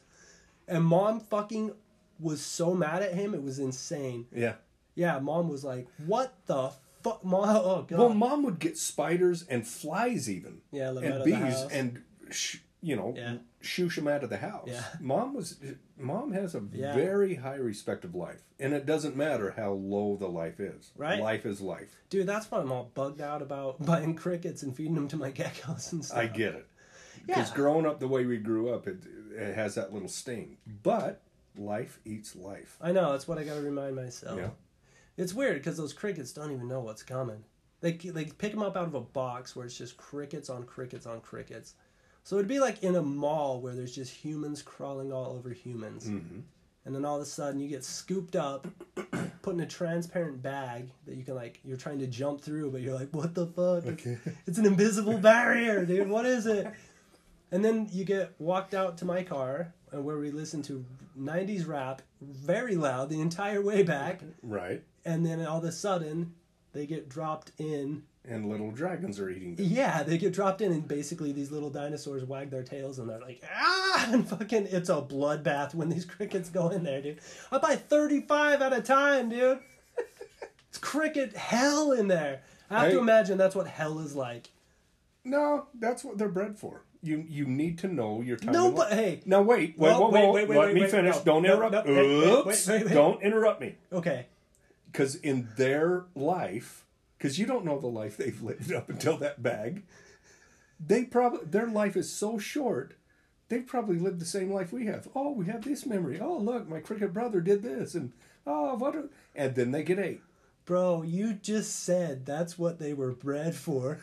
Speaker 3: And mom fucking was so mad at him, it was insane.
Speaker 2: <laughs> Yeah.
Speaker 3: Yeah, mom was like, "What the fuck, mom? Oh god."
Speaker 2: Well, mom would get spiders and flies even.
Speaker 3: Yeah, let 'em out
Speaker 2: and
Speaker 3: of the
Speaker 2: bees
Speaker 3: house.
Speaker 2: and sh- you know
Speaker 3: Yeah.
Speaker 2: shoosh them out of the house.
Speaker 3: Yeah.
Speaker 2: Mom was mom has a
Speaker 3: Yeah.
Speaker 2: very high respect of life, and it doesn't matter how low the life is.
Speaker 3: Right.
Speaker 2: Life is life.
Speaker 3: Dude, that's why I'm all bugged out about <laughs> buying crickets and feeding them to my geckos and stuff.
Speaker 2: I get it. Because
Speaker 3: Yeah.
Speaker 2: growing up the way we grew up, it, it has that little sting. But life eats life.
Speaker 3: I know. That's what I got to remind myself.
Speaker 2: Yeah.
Speaker 3: It's weird because those crickets don't even know what's coming. They they pick them up out of a box where it's just crickets on crickets on crickets. So it'd be like in a mall where there's just humans crawling all over humans,
Speaker 2: Mm-hmm.
Speaker 3: and then all of a sudden you get scooped up, <coughs> put in a transparent bag that you can like you're trying to jump through, but you're like, what the fuck?
Speaker 2: Okay.
Speaker 3: It's an invisible barrier, dude. What is
Speaker 2: <laughs>
Speaker 3: it? And then you get walked out to my car, and where we listen to 90s rap very loud the entire way back
Speaker 2: Right.
Speaker 3: and then all of a sudden they get dropped in
Speaker 2: And little dragons are eating them.
Speaker 3: yeah they get dropped in and basically these little dinosaurs wag their tails and they're like ah <laughs> and fucking it's a bloodbath when these <laughs> crickets go in there dude i buy 35 at a time dude <laughs> it's cricket hell in there i have to
Speaker 2: Hey.
Speaker 3: imagine that's what hell is like
Speaker 2: No, that's what they're bred for. You you need to know your time.
Speaker 3: No,
Speaker 2: in life.
Speaker 3: but- hey.
Speaker 2: Now wait, wait,
Speaker 3: Well,
Speaker 2: whoa,
Speaker 3: wait,
Speaker 2: whoa,
Speaker 3: wait, wait,
Speaker 2: let
Speaker 3: wait,
Speaker 2: me
Speaker 3: wait,
Speaker 2: finish.
Speaker 3: no,
Speaker 2: don't
Speaker 3: no,
Speaker 2: interrupt.
Speaker 3: no, wait, wait, wait,
Speaker 2: Oops.
Speaker 3: wait, wait.
Speaker 2: Don't interrupt me.
Speaker 3: okay
Speaker 2: Because in their life, because you don't know the life they've lived up until that bag, they probably their life is so short. They probably lived the same life we have. Oh, we have this memory. Oh, look, my cricket brother did this, and oh, what? A, and then they get eight.
Speaker 3: Bro, you just said that's what they were bred for.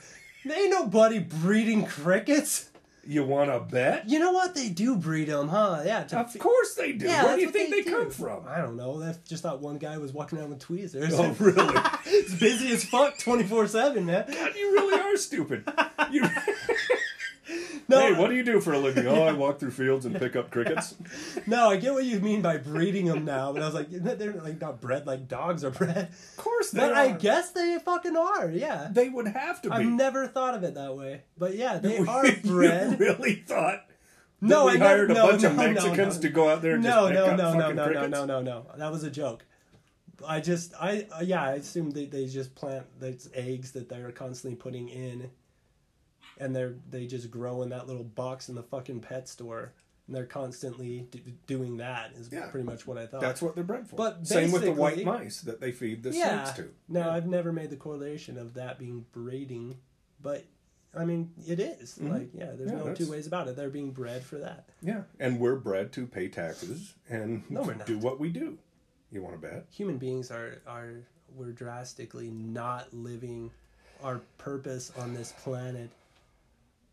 Speaker 3: Ain't nobody breeding crickets.
Speaker 2: You want to bet?
Speaker 3: You know what? They do breed them, huh? Yeah. to
Speaker 2: Of course they do. Where do you think they, come from?
Speaker 3: I don't know. That's just thought one guy was walking around with tweezers. <laughs>
Speaker 2: Oh, really?
Speaker 3: it's busy as fuck, twenty four seven, man.
Speaker 2: <laughs> you really are stupid.
Speaker 3: <laughs>
Speaker 2: You, <laughs>
Speaker 3: No,
Speaker 2: hey, what do you do for a living? Oh, I walk through fields and pick up crickets.
Speaker 3: no, I get what you mean by breeding them now, but I was like, they're like not bred like dogs are bred.
Speaker 2: Of course they
Speaker 3: But
Speaker 2: are.
Speaker 3: I guess they fucking are. Yeah,
Speaker 2: they would have to be. <laughs>
Speaker 3: I've never thought of it that way. But yeah, they
Speaker 2: You
Speaker 3: are
Speaker 2: <laughs>
Speaker 3: bred.
Speaker 2: really thought
Speaker 3: No,
Speaker 2: we
Speaker 3: I never-
Speaker 2: hired a
Speaker 3: no,
Speaker 2: bunch of
Speaker 3: no, no,
Speaker 2: Mexicans
Speaker 3: no.
Speaker 2: to go out there and
Speaker 3: no,
Speaker 2: just pick
Speaker 3: no, no,
Speaker 2: up
Speaker 3: no,
Speaker 2: fucking
Speaker 3: no, no,
Speaker 2: crickets?
Speaker 3: no, no, no. That was a joke. I just, I, uh, yeah, I assume they, they just plant those eggs that they're constantly putting in, and they're they just grow in that little box in the fucking pet store, and they're constantly d- doing that. Is
Speaker 2: Yeah.
Speaker 3: pretty much what I thought.
Speaker 2: That's what they're bred for.
Speaker 3: But
Speaker 2: Same with the white
Speaker 3: basically-
Speaker 2: mice that they feed the
Speaker 3: yeah.
Speaker 2: snakes to.
Speaker 3: No, I've never made the correlation of that being breeding, but I mean it is. like yeah, there's
Speaker 2: Mm-hmm. Yeah,
Speaker 3: no
Speaker 2: that's-
Speaker 3: two ways about it. They're being bred for that.
Speaker 2: Yeah, and we're bred to pay taxes and
Speaker 3: No, we're not.
Speaker 2: do what we do. You want to bet?
Speaker 3: human beings are are we're drastically not living our purpose on this planet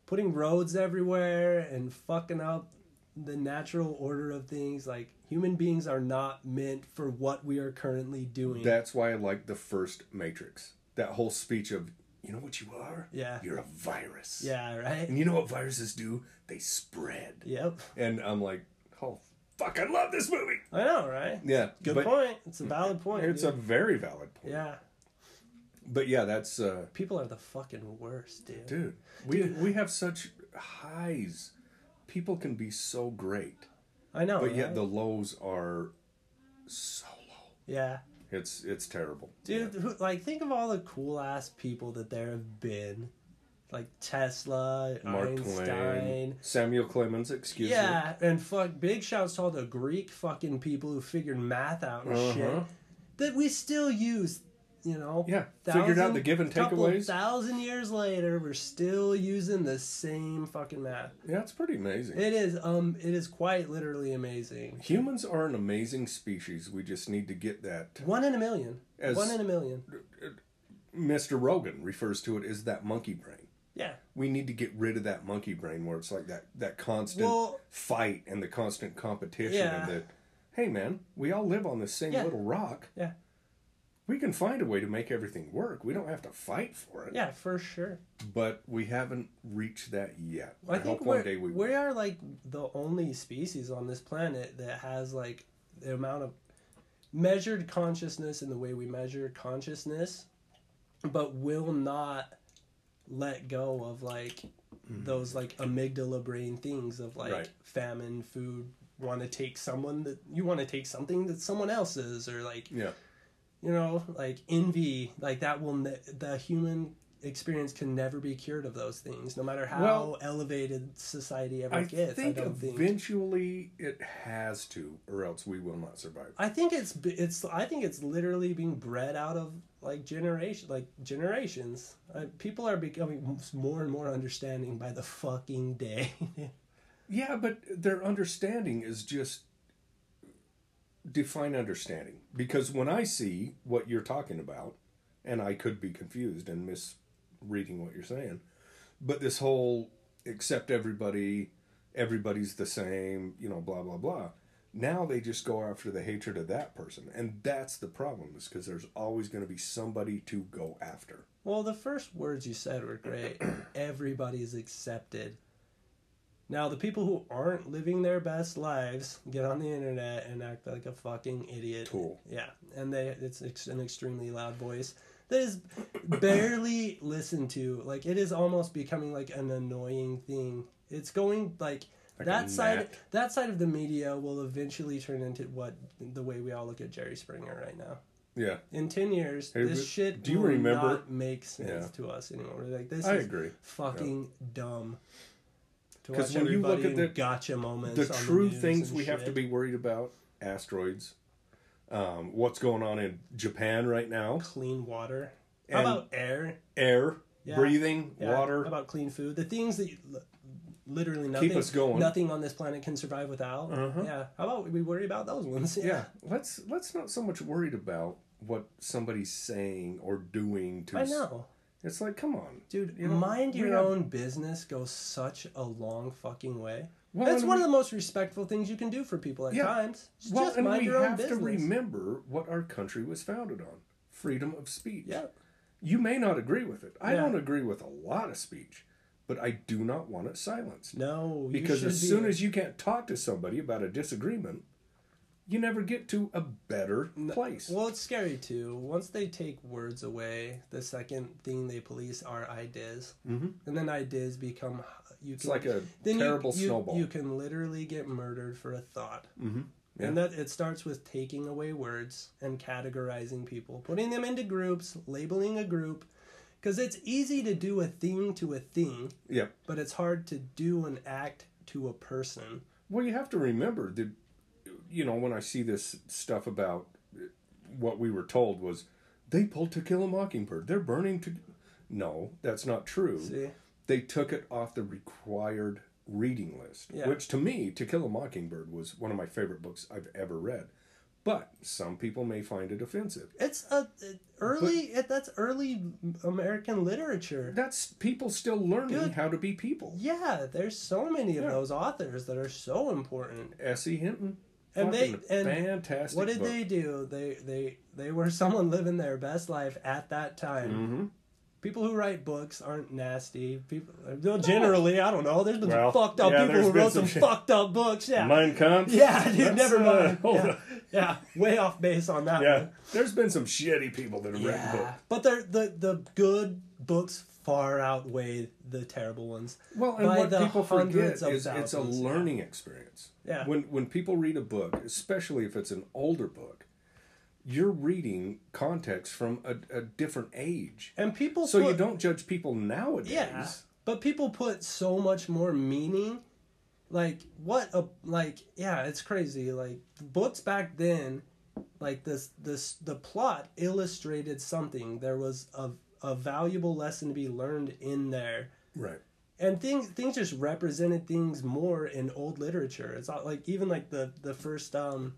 Speaker 3: putting roads everywhere and fucking up the natural order of things like human beings are not meant for what we are currently doing
Speaker 2: That's why I like the first Matrix. That whole speech of, you know what you are?
Speaker 3: Yeah.
Speaker 2: You're a virus.
Speaker 3: yeah right
Speaker 2: And you know what viruses do? They spread.
Speaker 3: yep
Speaker 2: And I'm like, oh, fuck, I love this movie.
Speaker 3: i know right
Speaker 2: Yeah.
Speaker 3: good
Speaker 2: but
Speaker 3: point it's a valid point
Speaker 2: It's a
Speaker 3: dude.
Speaker 2: very valid point.
Speaker 3: yeah
Speaker 2: But yeah, that's, uh,
Speaker 3: people are the fucking worst dude,
Speaker 2: dude, we, we have such highs. People can be so great,
Speaker 3: i know
Speaker 2: but yet
Speaker 3: right?
Speaker 2: the lows are so low.
Speaker 3: yeah
Speaker 2: It's, it's terrible.
Speaker 3: dude who, like think of all the cool ass people that there have been like tesla
Speaker 2: Mark
Speaker 3: einstein
Speaker 2: Twain, Samuel Clemens, excuse me.
Speaker 3: yeah and fuck big shouts to all the greek fucking people who figured math out and shit
Speaker 2: Uh-huh.
Speaker 3: that we still use you know
Speaker 2: Yeah, figured out the give and
Speaker 3: couple
Speaker 2: takeaways.
Speaker 3: thousand years later we're still using the same fucking math
Speaker 2: Yeah, it's pretty amazing.
Speaker 3: it is um it is quite literally amazing
Speaker 2: Humans are an amazing species. We just need to get that. uh,
Speaker 3: one in a million
Speaker 2: As-
Speaker 3: one in a million
Speaker 2: Mr. Rogan refers to it as that monkey brain.
Speaker 3: yeah
Speaker 2: We need to get rid of that monkey brain where it's like that that constant
Speaker 3: Well-
Speaker 2: fight and the constant competition
Speaker 3: Yeah.
Speaker 2: and the hey man, we all live on the same
Speaker 3: Yeah.
Speaker 2: little rock.
Speaker 3: yeah
Speaker 2: We can find a way to make everything work. We don't have to fight for it.
Speaker 3: yeah for sure
Speaker 2: But we haven't reached that yet.
Speaker 3: Well, I,
Speaker 2: I
Speaker 3: think
Speaker 2: hope one
Speaker 3: we're,
Speaker 2: day we
Speaker 3: we
Speaker 2: will.
Speaker 3: are like the only species on this planet that has like the amount of measured consciousness in the way we measure consciousness, but will not let go of like those like amygdala brain things of like
Speaker 2: Mm-hmm. Right.
Speaker 3: famine, food, want to take someone that you want to take something that someone else's or like
Speaker 2: Yeah.
Speaker 3: you know like envy like that will ne- the human experience can never be cured of those things no matter how
Speaker 2: Well,
Speaker 3: elevated society ever
Speaker 2: I
Speaker 3: gets
Speaker 2: think
Speaker 3: i don't think
Speaker 2: eventually it has to, or else we will not survive.
Speaker 3: i think it's b- it's i think it's literally being bred out of like generation like generations I, people are becoming more and more understanding by the fucking day <laughs>
Speaker 2: Yeah, but their understanding is just define understanding because when I see what you're talking about, and I could be confused and misreading what you're saying, but this whole accept everybody, everybody's the same, you know, blah blah blah. Now they just go after the hatred of that person, and that's the problem. Is because there's always going to be somebody to go after.
Speaker 3: Well, the first words you said were
Speaker 2: <clears throat>
Speaker 3: great. Everybody's accepted. Now, the people who aren't living their best lives get on the internet and act like a fucking idiot.
Speaker 2: Tool.
Speaker 3: Yeah, and they it's ex- an extremely loud voice that is barely listened to. Like it is almost becoming like an annoying thing. It's going like,
Speaker 2: Like a
Speaker 3: that side
Speaker 2: gnat.
Speaker 3: that side of the media will eventually turn into what the way we all look at Jerry Springer right now
Speaker 2: Yeah,
Speaker 3: in 10 years
Speaker 2: Hey,
Speaker 3: this
Speaker 2: but
Speaker 3: shit
Speaker 2: do you
Speaker 3: will
Speaker 2: remember-
Speaker 3: not make sense
Speaker 2: Yeah.
Speaker 3: to us anymore We're like this
Speaker 2: I
Speaker 3: is
Speaker 2: agree.
Speaker 3: fucking dumb to
Speaker 2: 'Cause
Speaker 3: watch
Speaker 2: when you look
Speaker 3: everybody
Speaker 2: at the-
Speaker 3: in gotcha moments
Speaker 2: the
Speaker 3: on
Speaker 2: true
Speaker 3: news
Speaker 2: things
Speaker 3: and
Speaker 2: we have to
Speaker 3: shit.
Speaker 2: be worried about asteroids um, what's going on in japan right now
Speaker 3: clean water
Speaker 2: And-
Speaker 3: how about air
Speaker 2: air
Speaker 3: Yeah.
Speaker 2: breathing
Speaker 3: Yeah,
Speaker 2: water
Speaker 3: how about clean food the things that you, li- literally nothing
Speaker 2: Keep us going.
Speaker 3: nothing on this planet can survive without
Speaker 2: Uh-huh.
Speaker 3: yeah how about we worry about those ones
Speaker 2: yeah let's let's not so much worried about what somebody's saying or doing
Speaker 3: <laughs>
Speaker 2: to
Speaker 3: i
Speaker 2: s-
Speaker 3: know
Speaker 2: it's like come on
Speaker 3: Dude,
Speaker 2: You know,
Speaker 3: mind
Speaker 2: we
Speaker 3: your
Speaker 2: have-
Speaker 3: own business goes such a long fucking way.
Speaker 2: Well,
Speaker 3: That's
Speaker 2: and
Speaker 3: one
Speaker 2: we-
Speaker 3: of the most respectful things you can do for people at
Speaker 2: Yeah.
Speaker 3: times. Just
Speaker 2: well and
Speaker 3: mind
Speaker 2: we
Speaker 3: your own
Speaker 2: have to
Speaker 3: business.
Speaker 2: remember what our country was founded on freedom of speech
Speaker 3: yeah.
Speaker 2: you may not agree with it i
Speaker 3: Yeah.
Speaker 2: don't agree with a lot of speech but i do not want it silenced
Speaker 3: No, you
Speaker 2: Because
Speaker 3: should
Speaker 2: as
Speaker 3: be-
Speaker 2: soon as you can't talk to somebody about a disagreement, you never get to a better place.
Speaker 3: well, it's scary too. Once they take words away, the second thing they police are ideas, mm-hmm. and then ideas become you. Can,
Speaker 2: it's like a
Speaker 3: then you-
Speaker 2: terrible
Speaker 3: you,
Speaker 2: snowball.
Speaker 3: You can literally get murdered for a thought. Mm-hmm.
Speaker 2: Yeah.
Speaker 3: And that it starts with taking away words and categorizing people, putting them into groups, labeling a group, because it's easy to do a thing to a thing,
Speaker 2: yeah.
Speaker 3: but it's hard to do an act to a person.
Speaker 2: Well, you have to remember that, you know, when I see this stuff about what we were told was they pulled To Kill a Mockingbird. They're burning to. No, that's not true.
Speaker 3: See?
Speaker 2: They took it off the required reading list,
Speaker 3: Yeah.
Speaker 2: which to me, To Kill a Mockingbird was one of my favorite books I've ever read. But some people may find it offensive.
Speaker 3: It's a it- early. it, that's early American literature.
Speaker 2: That's people still learning
Speaker 3: Dude.
Speaker 2: how to be people.
Speaker 3: Yeah, there's so many of
Speaker 2: Yeah.
Speaker 3: those authors that are so important.
Speaker 2: S.E. E Hinton.
Speaker 3: And they-
Speaker 2: Fucking
Speaker 3: and
Speaker 2: fantastic.
Speaker 3: What did
Speaker 2: book.
Speaker 3: they do? They they they were <laughs> someone living their best life at that time.
Speaker 2: Mhm.
Speaker 3: People who write books aren't nasty. People well, generally, I don't know. There's been
Speaker 2: Well,
Speaker 3: some fucked up
Speaker 2: yeah,
Speaker 3: people
Speaker 2: there's
Speaker 3: who
Speaker 2: been
Speaker 3: wrote
Speaker 2: some
Speaker 3: some,
Speaker 2: shit.
Speaker 3: fucked up books. Yeah,
Speaker 2: Mein Kampf.
Speaker 3: yeah, <laughs> dude.
Speaker 2: That's,
Speaker 3: never
Speaker 2: uh,
Speaker 3: mind.
Speaker 2: hold
Speaker 3: yeah.
Speaker 2: on.
Speaker 3: yeah, way off base on that
Speaker 2: Yeah,
Speaker 3: one.
Speaker 2: there's been some shitty people that have written
Speaker 3: Yeah,
Speaker 2: books.
Speaker 3: but they're, the the good books far outweigh the terrible ones.
Speaker 2: Well, and
Speaker 3: By
Speaker 2: what
Speaker 3: the
Speaker 2: people forget
Speaker 3: hundreds
Speaker 2: is
Speaker 3: of
Speaker 2: it's a
Speaker 3: thousands, yeah.
Speaker 2: learning experience.
Speaker 3: Yeah.
Speaker 2: When when people read a book, especially if it's an older book, you're reading context from a, a different age.
Speaker 3: And people
Speaker 2: So you
Speaker 3: put-
Speaker 2: don't judge people nowadays.
Speaker 3: Yeah, but people put so much more meaning. Like what a like yeah, it's crazy. Like books back then, like this this the plot illustrated something. There was a a valuable lesson to be learned in there.
Speaker 2: Right.
Speaker 3: And things things just represented things more in old literature. It's not like even like the the first um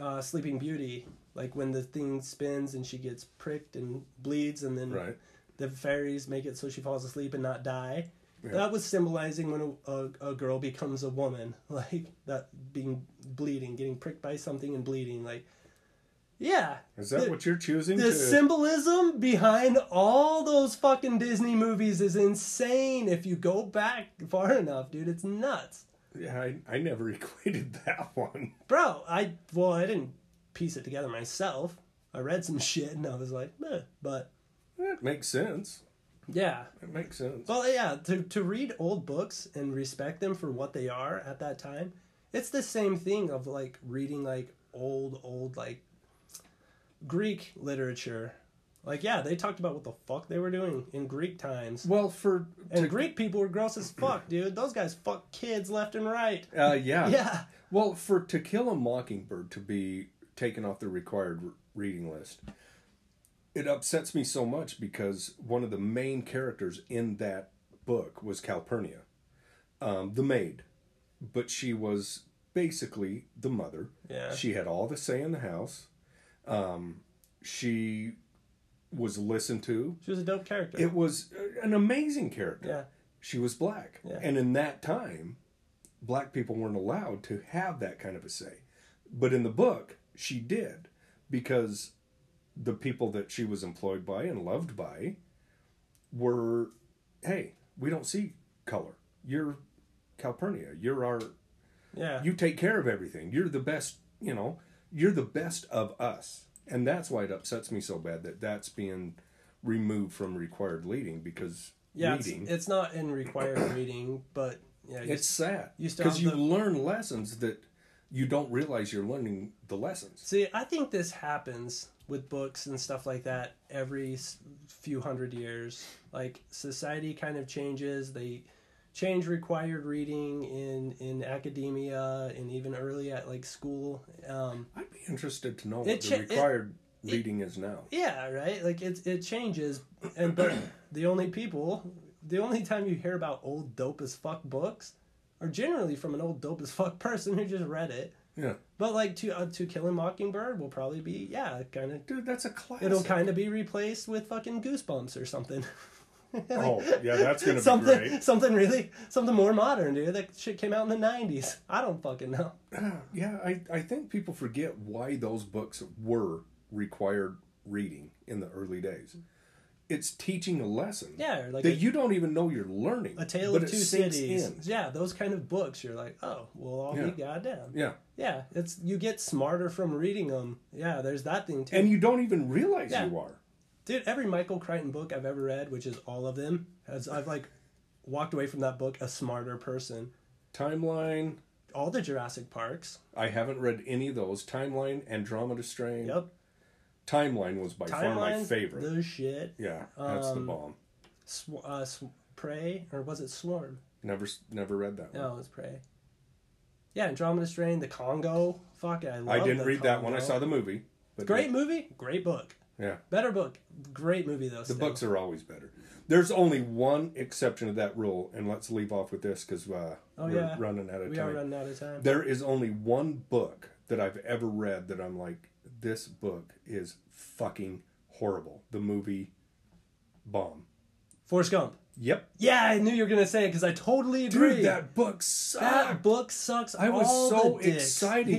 Speaker 3: uh Sleeping Beauty, like when the thing spins and she gets pricked and bleeds and then
Speaker 2: Right.
Speaker 3: the fairies make it so she falls asleep and not die.
Speaker 2: Yeah.
Speaker 3: That was symbolizing when a, a, a girl becomes a woman, <laughs> like that being bleeding, getting pricked by something and bleeding. Like, yeah,
Speaker 2: Is that
Speaker 3: The-
Speaker 2: what you're choosing
Speaker 3: the
Speaker 2: to?
Speaker 3: symbolism behind all those fucking Disney movies is insane. If you go back far enough, dude, it's nuts,
Speaker 2: yeah, I, I never <laughs> equated that one.
Speaker 3: bro. I well, I didn't piece it together myself. I read some <laughs> shit and I was like, Meh. but
Speaker 2: That makes sense.
Speaker 3: yeah,
Speaker 2: It makes sense.
Speaker 3: Well, yeah, to, to read old books and respect them for what they are at that time, it's the same thing of like reading like old, old, like Greek literature. Like, yeah, they talked about what the fuck they were doing in Greek times.
Speaker 2: Well, for
Speaker 3: And
Speaker 2: to-
Speaker 3: Greek people were gross as
Speaker 2: <clears throat>
Speaker 3: fuck, dude. Those guys fuck kids left and right.
Speaker 2: uh, yeah,
Speaker 3: Yeah.
Speaker 2: Well, for To Kill a Mockingbird to be taken off the required r- reading list, it upsets me so much because one of the main characters in that book was Calpurnia, um, the maid. But she was basically the mother.
Speaker 3: Yeah.
Speaker 2: She had all the say in the house. Um, she was listened to.
Speaker 3: She was a dope character.
Speaker 2: It was uh, an amazing character.
Speaker 3: Yeah.
Speaker 2: She was black.
Speaker 3: Yeah.
Speaker 2: And in that time, black people weren't allowed to have that kind of a say. But in the book, she did because the people that she was employed by and loved by were hey, we don't see color. You're Calpurnia. You're our
Speaker 3: yeah.
Speaker 2: you take care of everything. You're the best, you know, you're the best of us. And that's why it upsets me so bad that that's being removed from required leading because
Speaker 3: yeah, it's,
Speaker 2: reading, it's,
Speaker 3: it's not in required
Speaker 2: <clears throat>
Speaker 3: reading, but yeah, you
Speaker 2: sad.
Speaker 3: you still
Speaker 2: Because
Speaker 3: have
Speaker 2: you
Speaker 3: the-
Speaker 2: learn lessons that you don't realize you're learning the lessons.
Speaker 3: See, I think this happens with books and stuff like that every s- few hundred years. Like society kind of changes. They change required reading in in academia and even early at like school. Um,
Speaker 2: I'd be interested to know what
Speaker 3: It
Speaker 2: the
Speaker 3: cha- it-
Speaker 2: required reading is now.
Speaker 3: yeah, right. Like it it changes, and
Speaker 2: <clears throat>
Speaker 3: but the only people, the only time you hear about old dope as fuck books, are generally from an old dope as fuck person who just read it.
Speaker 2: Yeah.
Speaker 3: But like to uh, to kill a mockingbird will probably be yeah kind of
Speaker 2: Dude, that's a classic.
Speaker 3: It'll kind of be replaced with fucking Goosebumps or something. <laughs>
Speaker 2: Oh, yeah, that's going to be
Speaker 3: something,
Speaker 2: great.
Speaker 3: something really, something more modern, dude. That shit came out in the '90s. I don't fucking know.
Speaker 2: Yeah, I, I think people forget why those books were required reading in the early days. It's teaching a lesson.
Speaker 3: Yeah, like
Speaker 2: that
Speaker 3: a-
Speaker 2: you don't even know you're learning.
Speaker 3: A Tale
Speaker 2: but
Speaker 3: of
Speaker 2: it
Speaker 3: Two
Speaker 2: sinks
Speaker 3: Cities.
Speaker 2: in.
Speaker 3: Yeah, those kind of books. You're like, oh, we'll all
Speaker 2: Yeah.
Speaker 3: be goddamn.
Speaker 2: Yeah.
Speaker 3: Yeah, it's you get smarter from reading them. Yeah, there's that thing too,
Speaker 2: And you don't even realize
Speaker 3: Yeah.
Speaker 2: you are.
Speaker 3: dude. Every Michael Crichton book I've ever read, which is all of them, has I've like walked away from that book a smarter person.
Speaker 2: Timeline.
Speaker 3: All the Jurassic Parks.
Speaker 2: I haven't read any of those. Timeline, Andromeda Strain.
Speaker 3: Yep.
Speaker 2: Timeline was by far my
Speaker 3: Timelines.
Speaker 2: favorite.
Speaker 3: The shit.
Speaker 2: Yeah, that's the
Speaker 3: Um,
Speaker 2: bomb.
Speaker 3: sw- uh, sw- prey or was it swarm
Speaker 2: Never s- never read that one.
Speaker 3: no it was prey yeah andromeda strain the congo fuck it, i, love
Speaker 2: I didn't
Speaker 3: the
Speaker 2: read that one. I
Speaker 3: Congo.
Speaker 2: saw the movie. But
Speaker 3: great movie great book
Speaker 2: Yeah.
Speaker 3: better book great movie though
Speaker 2: The books are always better. There's only one exception to that rule, and let's leave off with this because uh,
Speaker 3: Oh,
Speaker 2: we're
Speaker 3: yeah.
Speaker 2: running out of
Speaker 3: we are
Speaker 2: time.
Speaker 3: running out of time
Speaker 2: There is only one book that I've ever read that I'm like, this book is fucking horrible. The movie bomb.
Speaker 3: Forrest Gump.
Speaker 2: Yep.
Speaker 3: Yeah, I knew you were gonna say it because I totally agree.
Speaker 2: Dude, that book sucked.
Speaker 3: That book sucks.
Speaker 2: I was
Speaker 3: all
Speaker 2: so
Speaker 3: the dicks.
Speaker 2: excited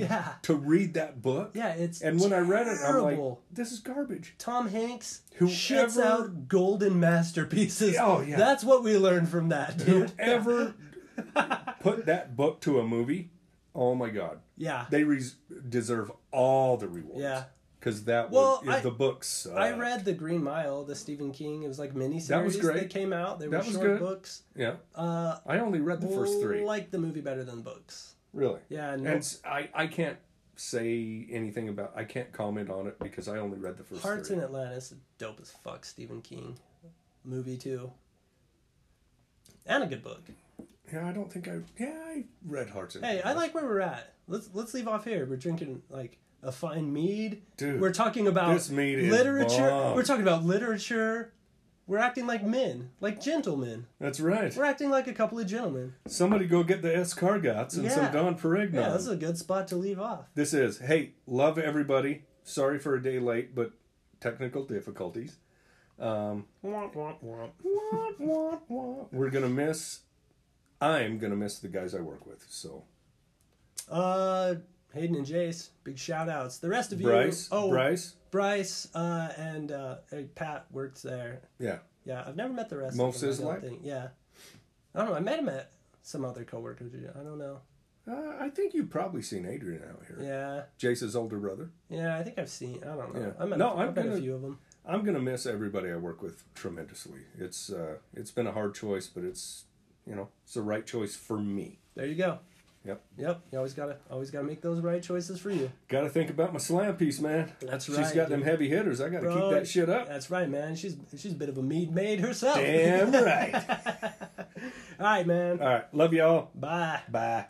Speaker 3: <laughs> Yeah,
Speaker 2: to read that book.
Speaker 3: yeah. It's
Speaker 2: And when I read it, I'm like,
Speaker 3: terrible.
Speaker 2: this is
Speaker 3: <laughs>
Speaker 2: garbage.
Speaker 3: Tom Hanks who shits
Speaker 2: Whoever-
Speaker 3: out golden masterpieces.
Speaker 2: Oh, yeah.
Speaker 3: that's what we learned from that, dude.
Speaker 2: Whoever put that book to a movie, oh my god,
Speaker 3: Yeah,
Speaker 2: they res deserve all the rewards.
Speaker 3: Yeah.
Speaker 2: because that
Speaker 3: Well,
Speaker 2: was
Speaker 3: I-
Speaker 2: the books.
Speaker 3: I read The Green Mile, the Stephen King. It was like miniseries
Speaker 2: That was great.
Speaker 3: that came out. They were
Speaker 2: That was
Speaker 3: short
Speaker 2: good.
Speaker 3: books.
Speaker 2: Yeah,
Speaker 3: Uh,
Speaker 2: I only read the first three.
Speaker 3: like the movie better than books.
Speaker 2: Really.
Speaker 3: Yeah,
Speaker 2: And
Speaker 3: no.
Speaker 2: s- I, I can't say anything about. I can't comment on it because I only read the first
Speaker 3: Hearts
Speaker 2: three.
Speaker 3: in Atlantis, is dope as fuck. Stephen King movie too, and a good book.
Speaker 2: yeah, I don't think I. Yeah, I read Hearts in.
Speaker 3: Hey, I
Speaker 2: Atlantis.
Speaker 3: like where we're at. Let's let's leave off here. We're drinking like a fine mead.
Speaker 2: Dude,
Speaker 3: we're talking about
Speaker 2: this mead is
Speaker 3: literature.
Speaker 2: bomb.
Speaker 3: We're talking about literature. We're acting like men, like gentlemen.
Speaker 2: That's right.
Speaker 3: We're acting like a couple of gentlemen.
Speaker 2: Somebody go get the Escargots and some
Speaker 3: Yeah.
Speaker 2: Don Perignon.
Speaker 3: Yeah, this is a good spot to leave off.
Speaker 2: This is, hey, love everybody. Sorry for a day late, but technical difficulties. We're going to miss, I'm going to miss the guys I work with. So,
Speaker 3: Uh, Hayden and Jace, big shout outs. The rest of you,
Speaker 2: Bryce,
Speaker 3: oh,
Speaker 2: Bryce,
Speaker 3: Bryce, uh, and uh, hey, Pat works there.
Speaker 2: yeah.
Speaker 3: Yeah, I've never met the rest.
Speaker 2: Mo
Speaker 3: of them, I don't
Speaker 2: Sizzlite?
Speaker 3: think. Yeah, I don't know. I met him at some other coworker. I don't know.
Speaker 2: Uh, I think you've probably seen Adrian out here.
Speaker 3: Yeah.
Speaker 2: Jace's older brother.
Speaker 3: Yeah, I think I've seen. I don't know.
Speaker 2: Yeah.
Speaker 3: I met,
Speaker 2: No,
Speaker 3: a, I
Speaker 2: I'm
Speaker 3: met a
Speaker 2: gonna-
Speaker 3: few of them.
Speaker 2: I'm going to miss everybody I work with tremendously. It's uh, It's been a hard choice, but it's, you know, it's the right choice for me.
Speaker 3: There you go.
Speaker 2: Yep.
Speaker 3: Yep. You always gotta always gotta make those right choices for you.
Speaker 2: Got to think about my slam piece, man.
Speaker 3: That's
Speaker 2: She's
Speaker 3: right,
Speaker 2: got them
Speaker 3: dude.
Speaker 2: heavy hitters. I got to
Speaker 3: Bro,
Speaker 2: keep that shit up.
Speaker 3: That's right, man. She's she's a bit of a mead maid herself.
Speaker 2: Damn right.
Speaker 3: <laughs> All right, man.
Speaker 2: All right. Love y'all.
Speaker 3: Bye.
Speaker 2: Bye.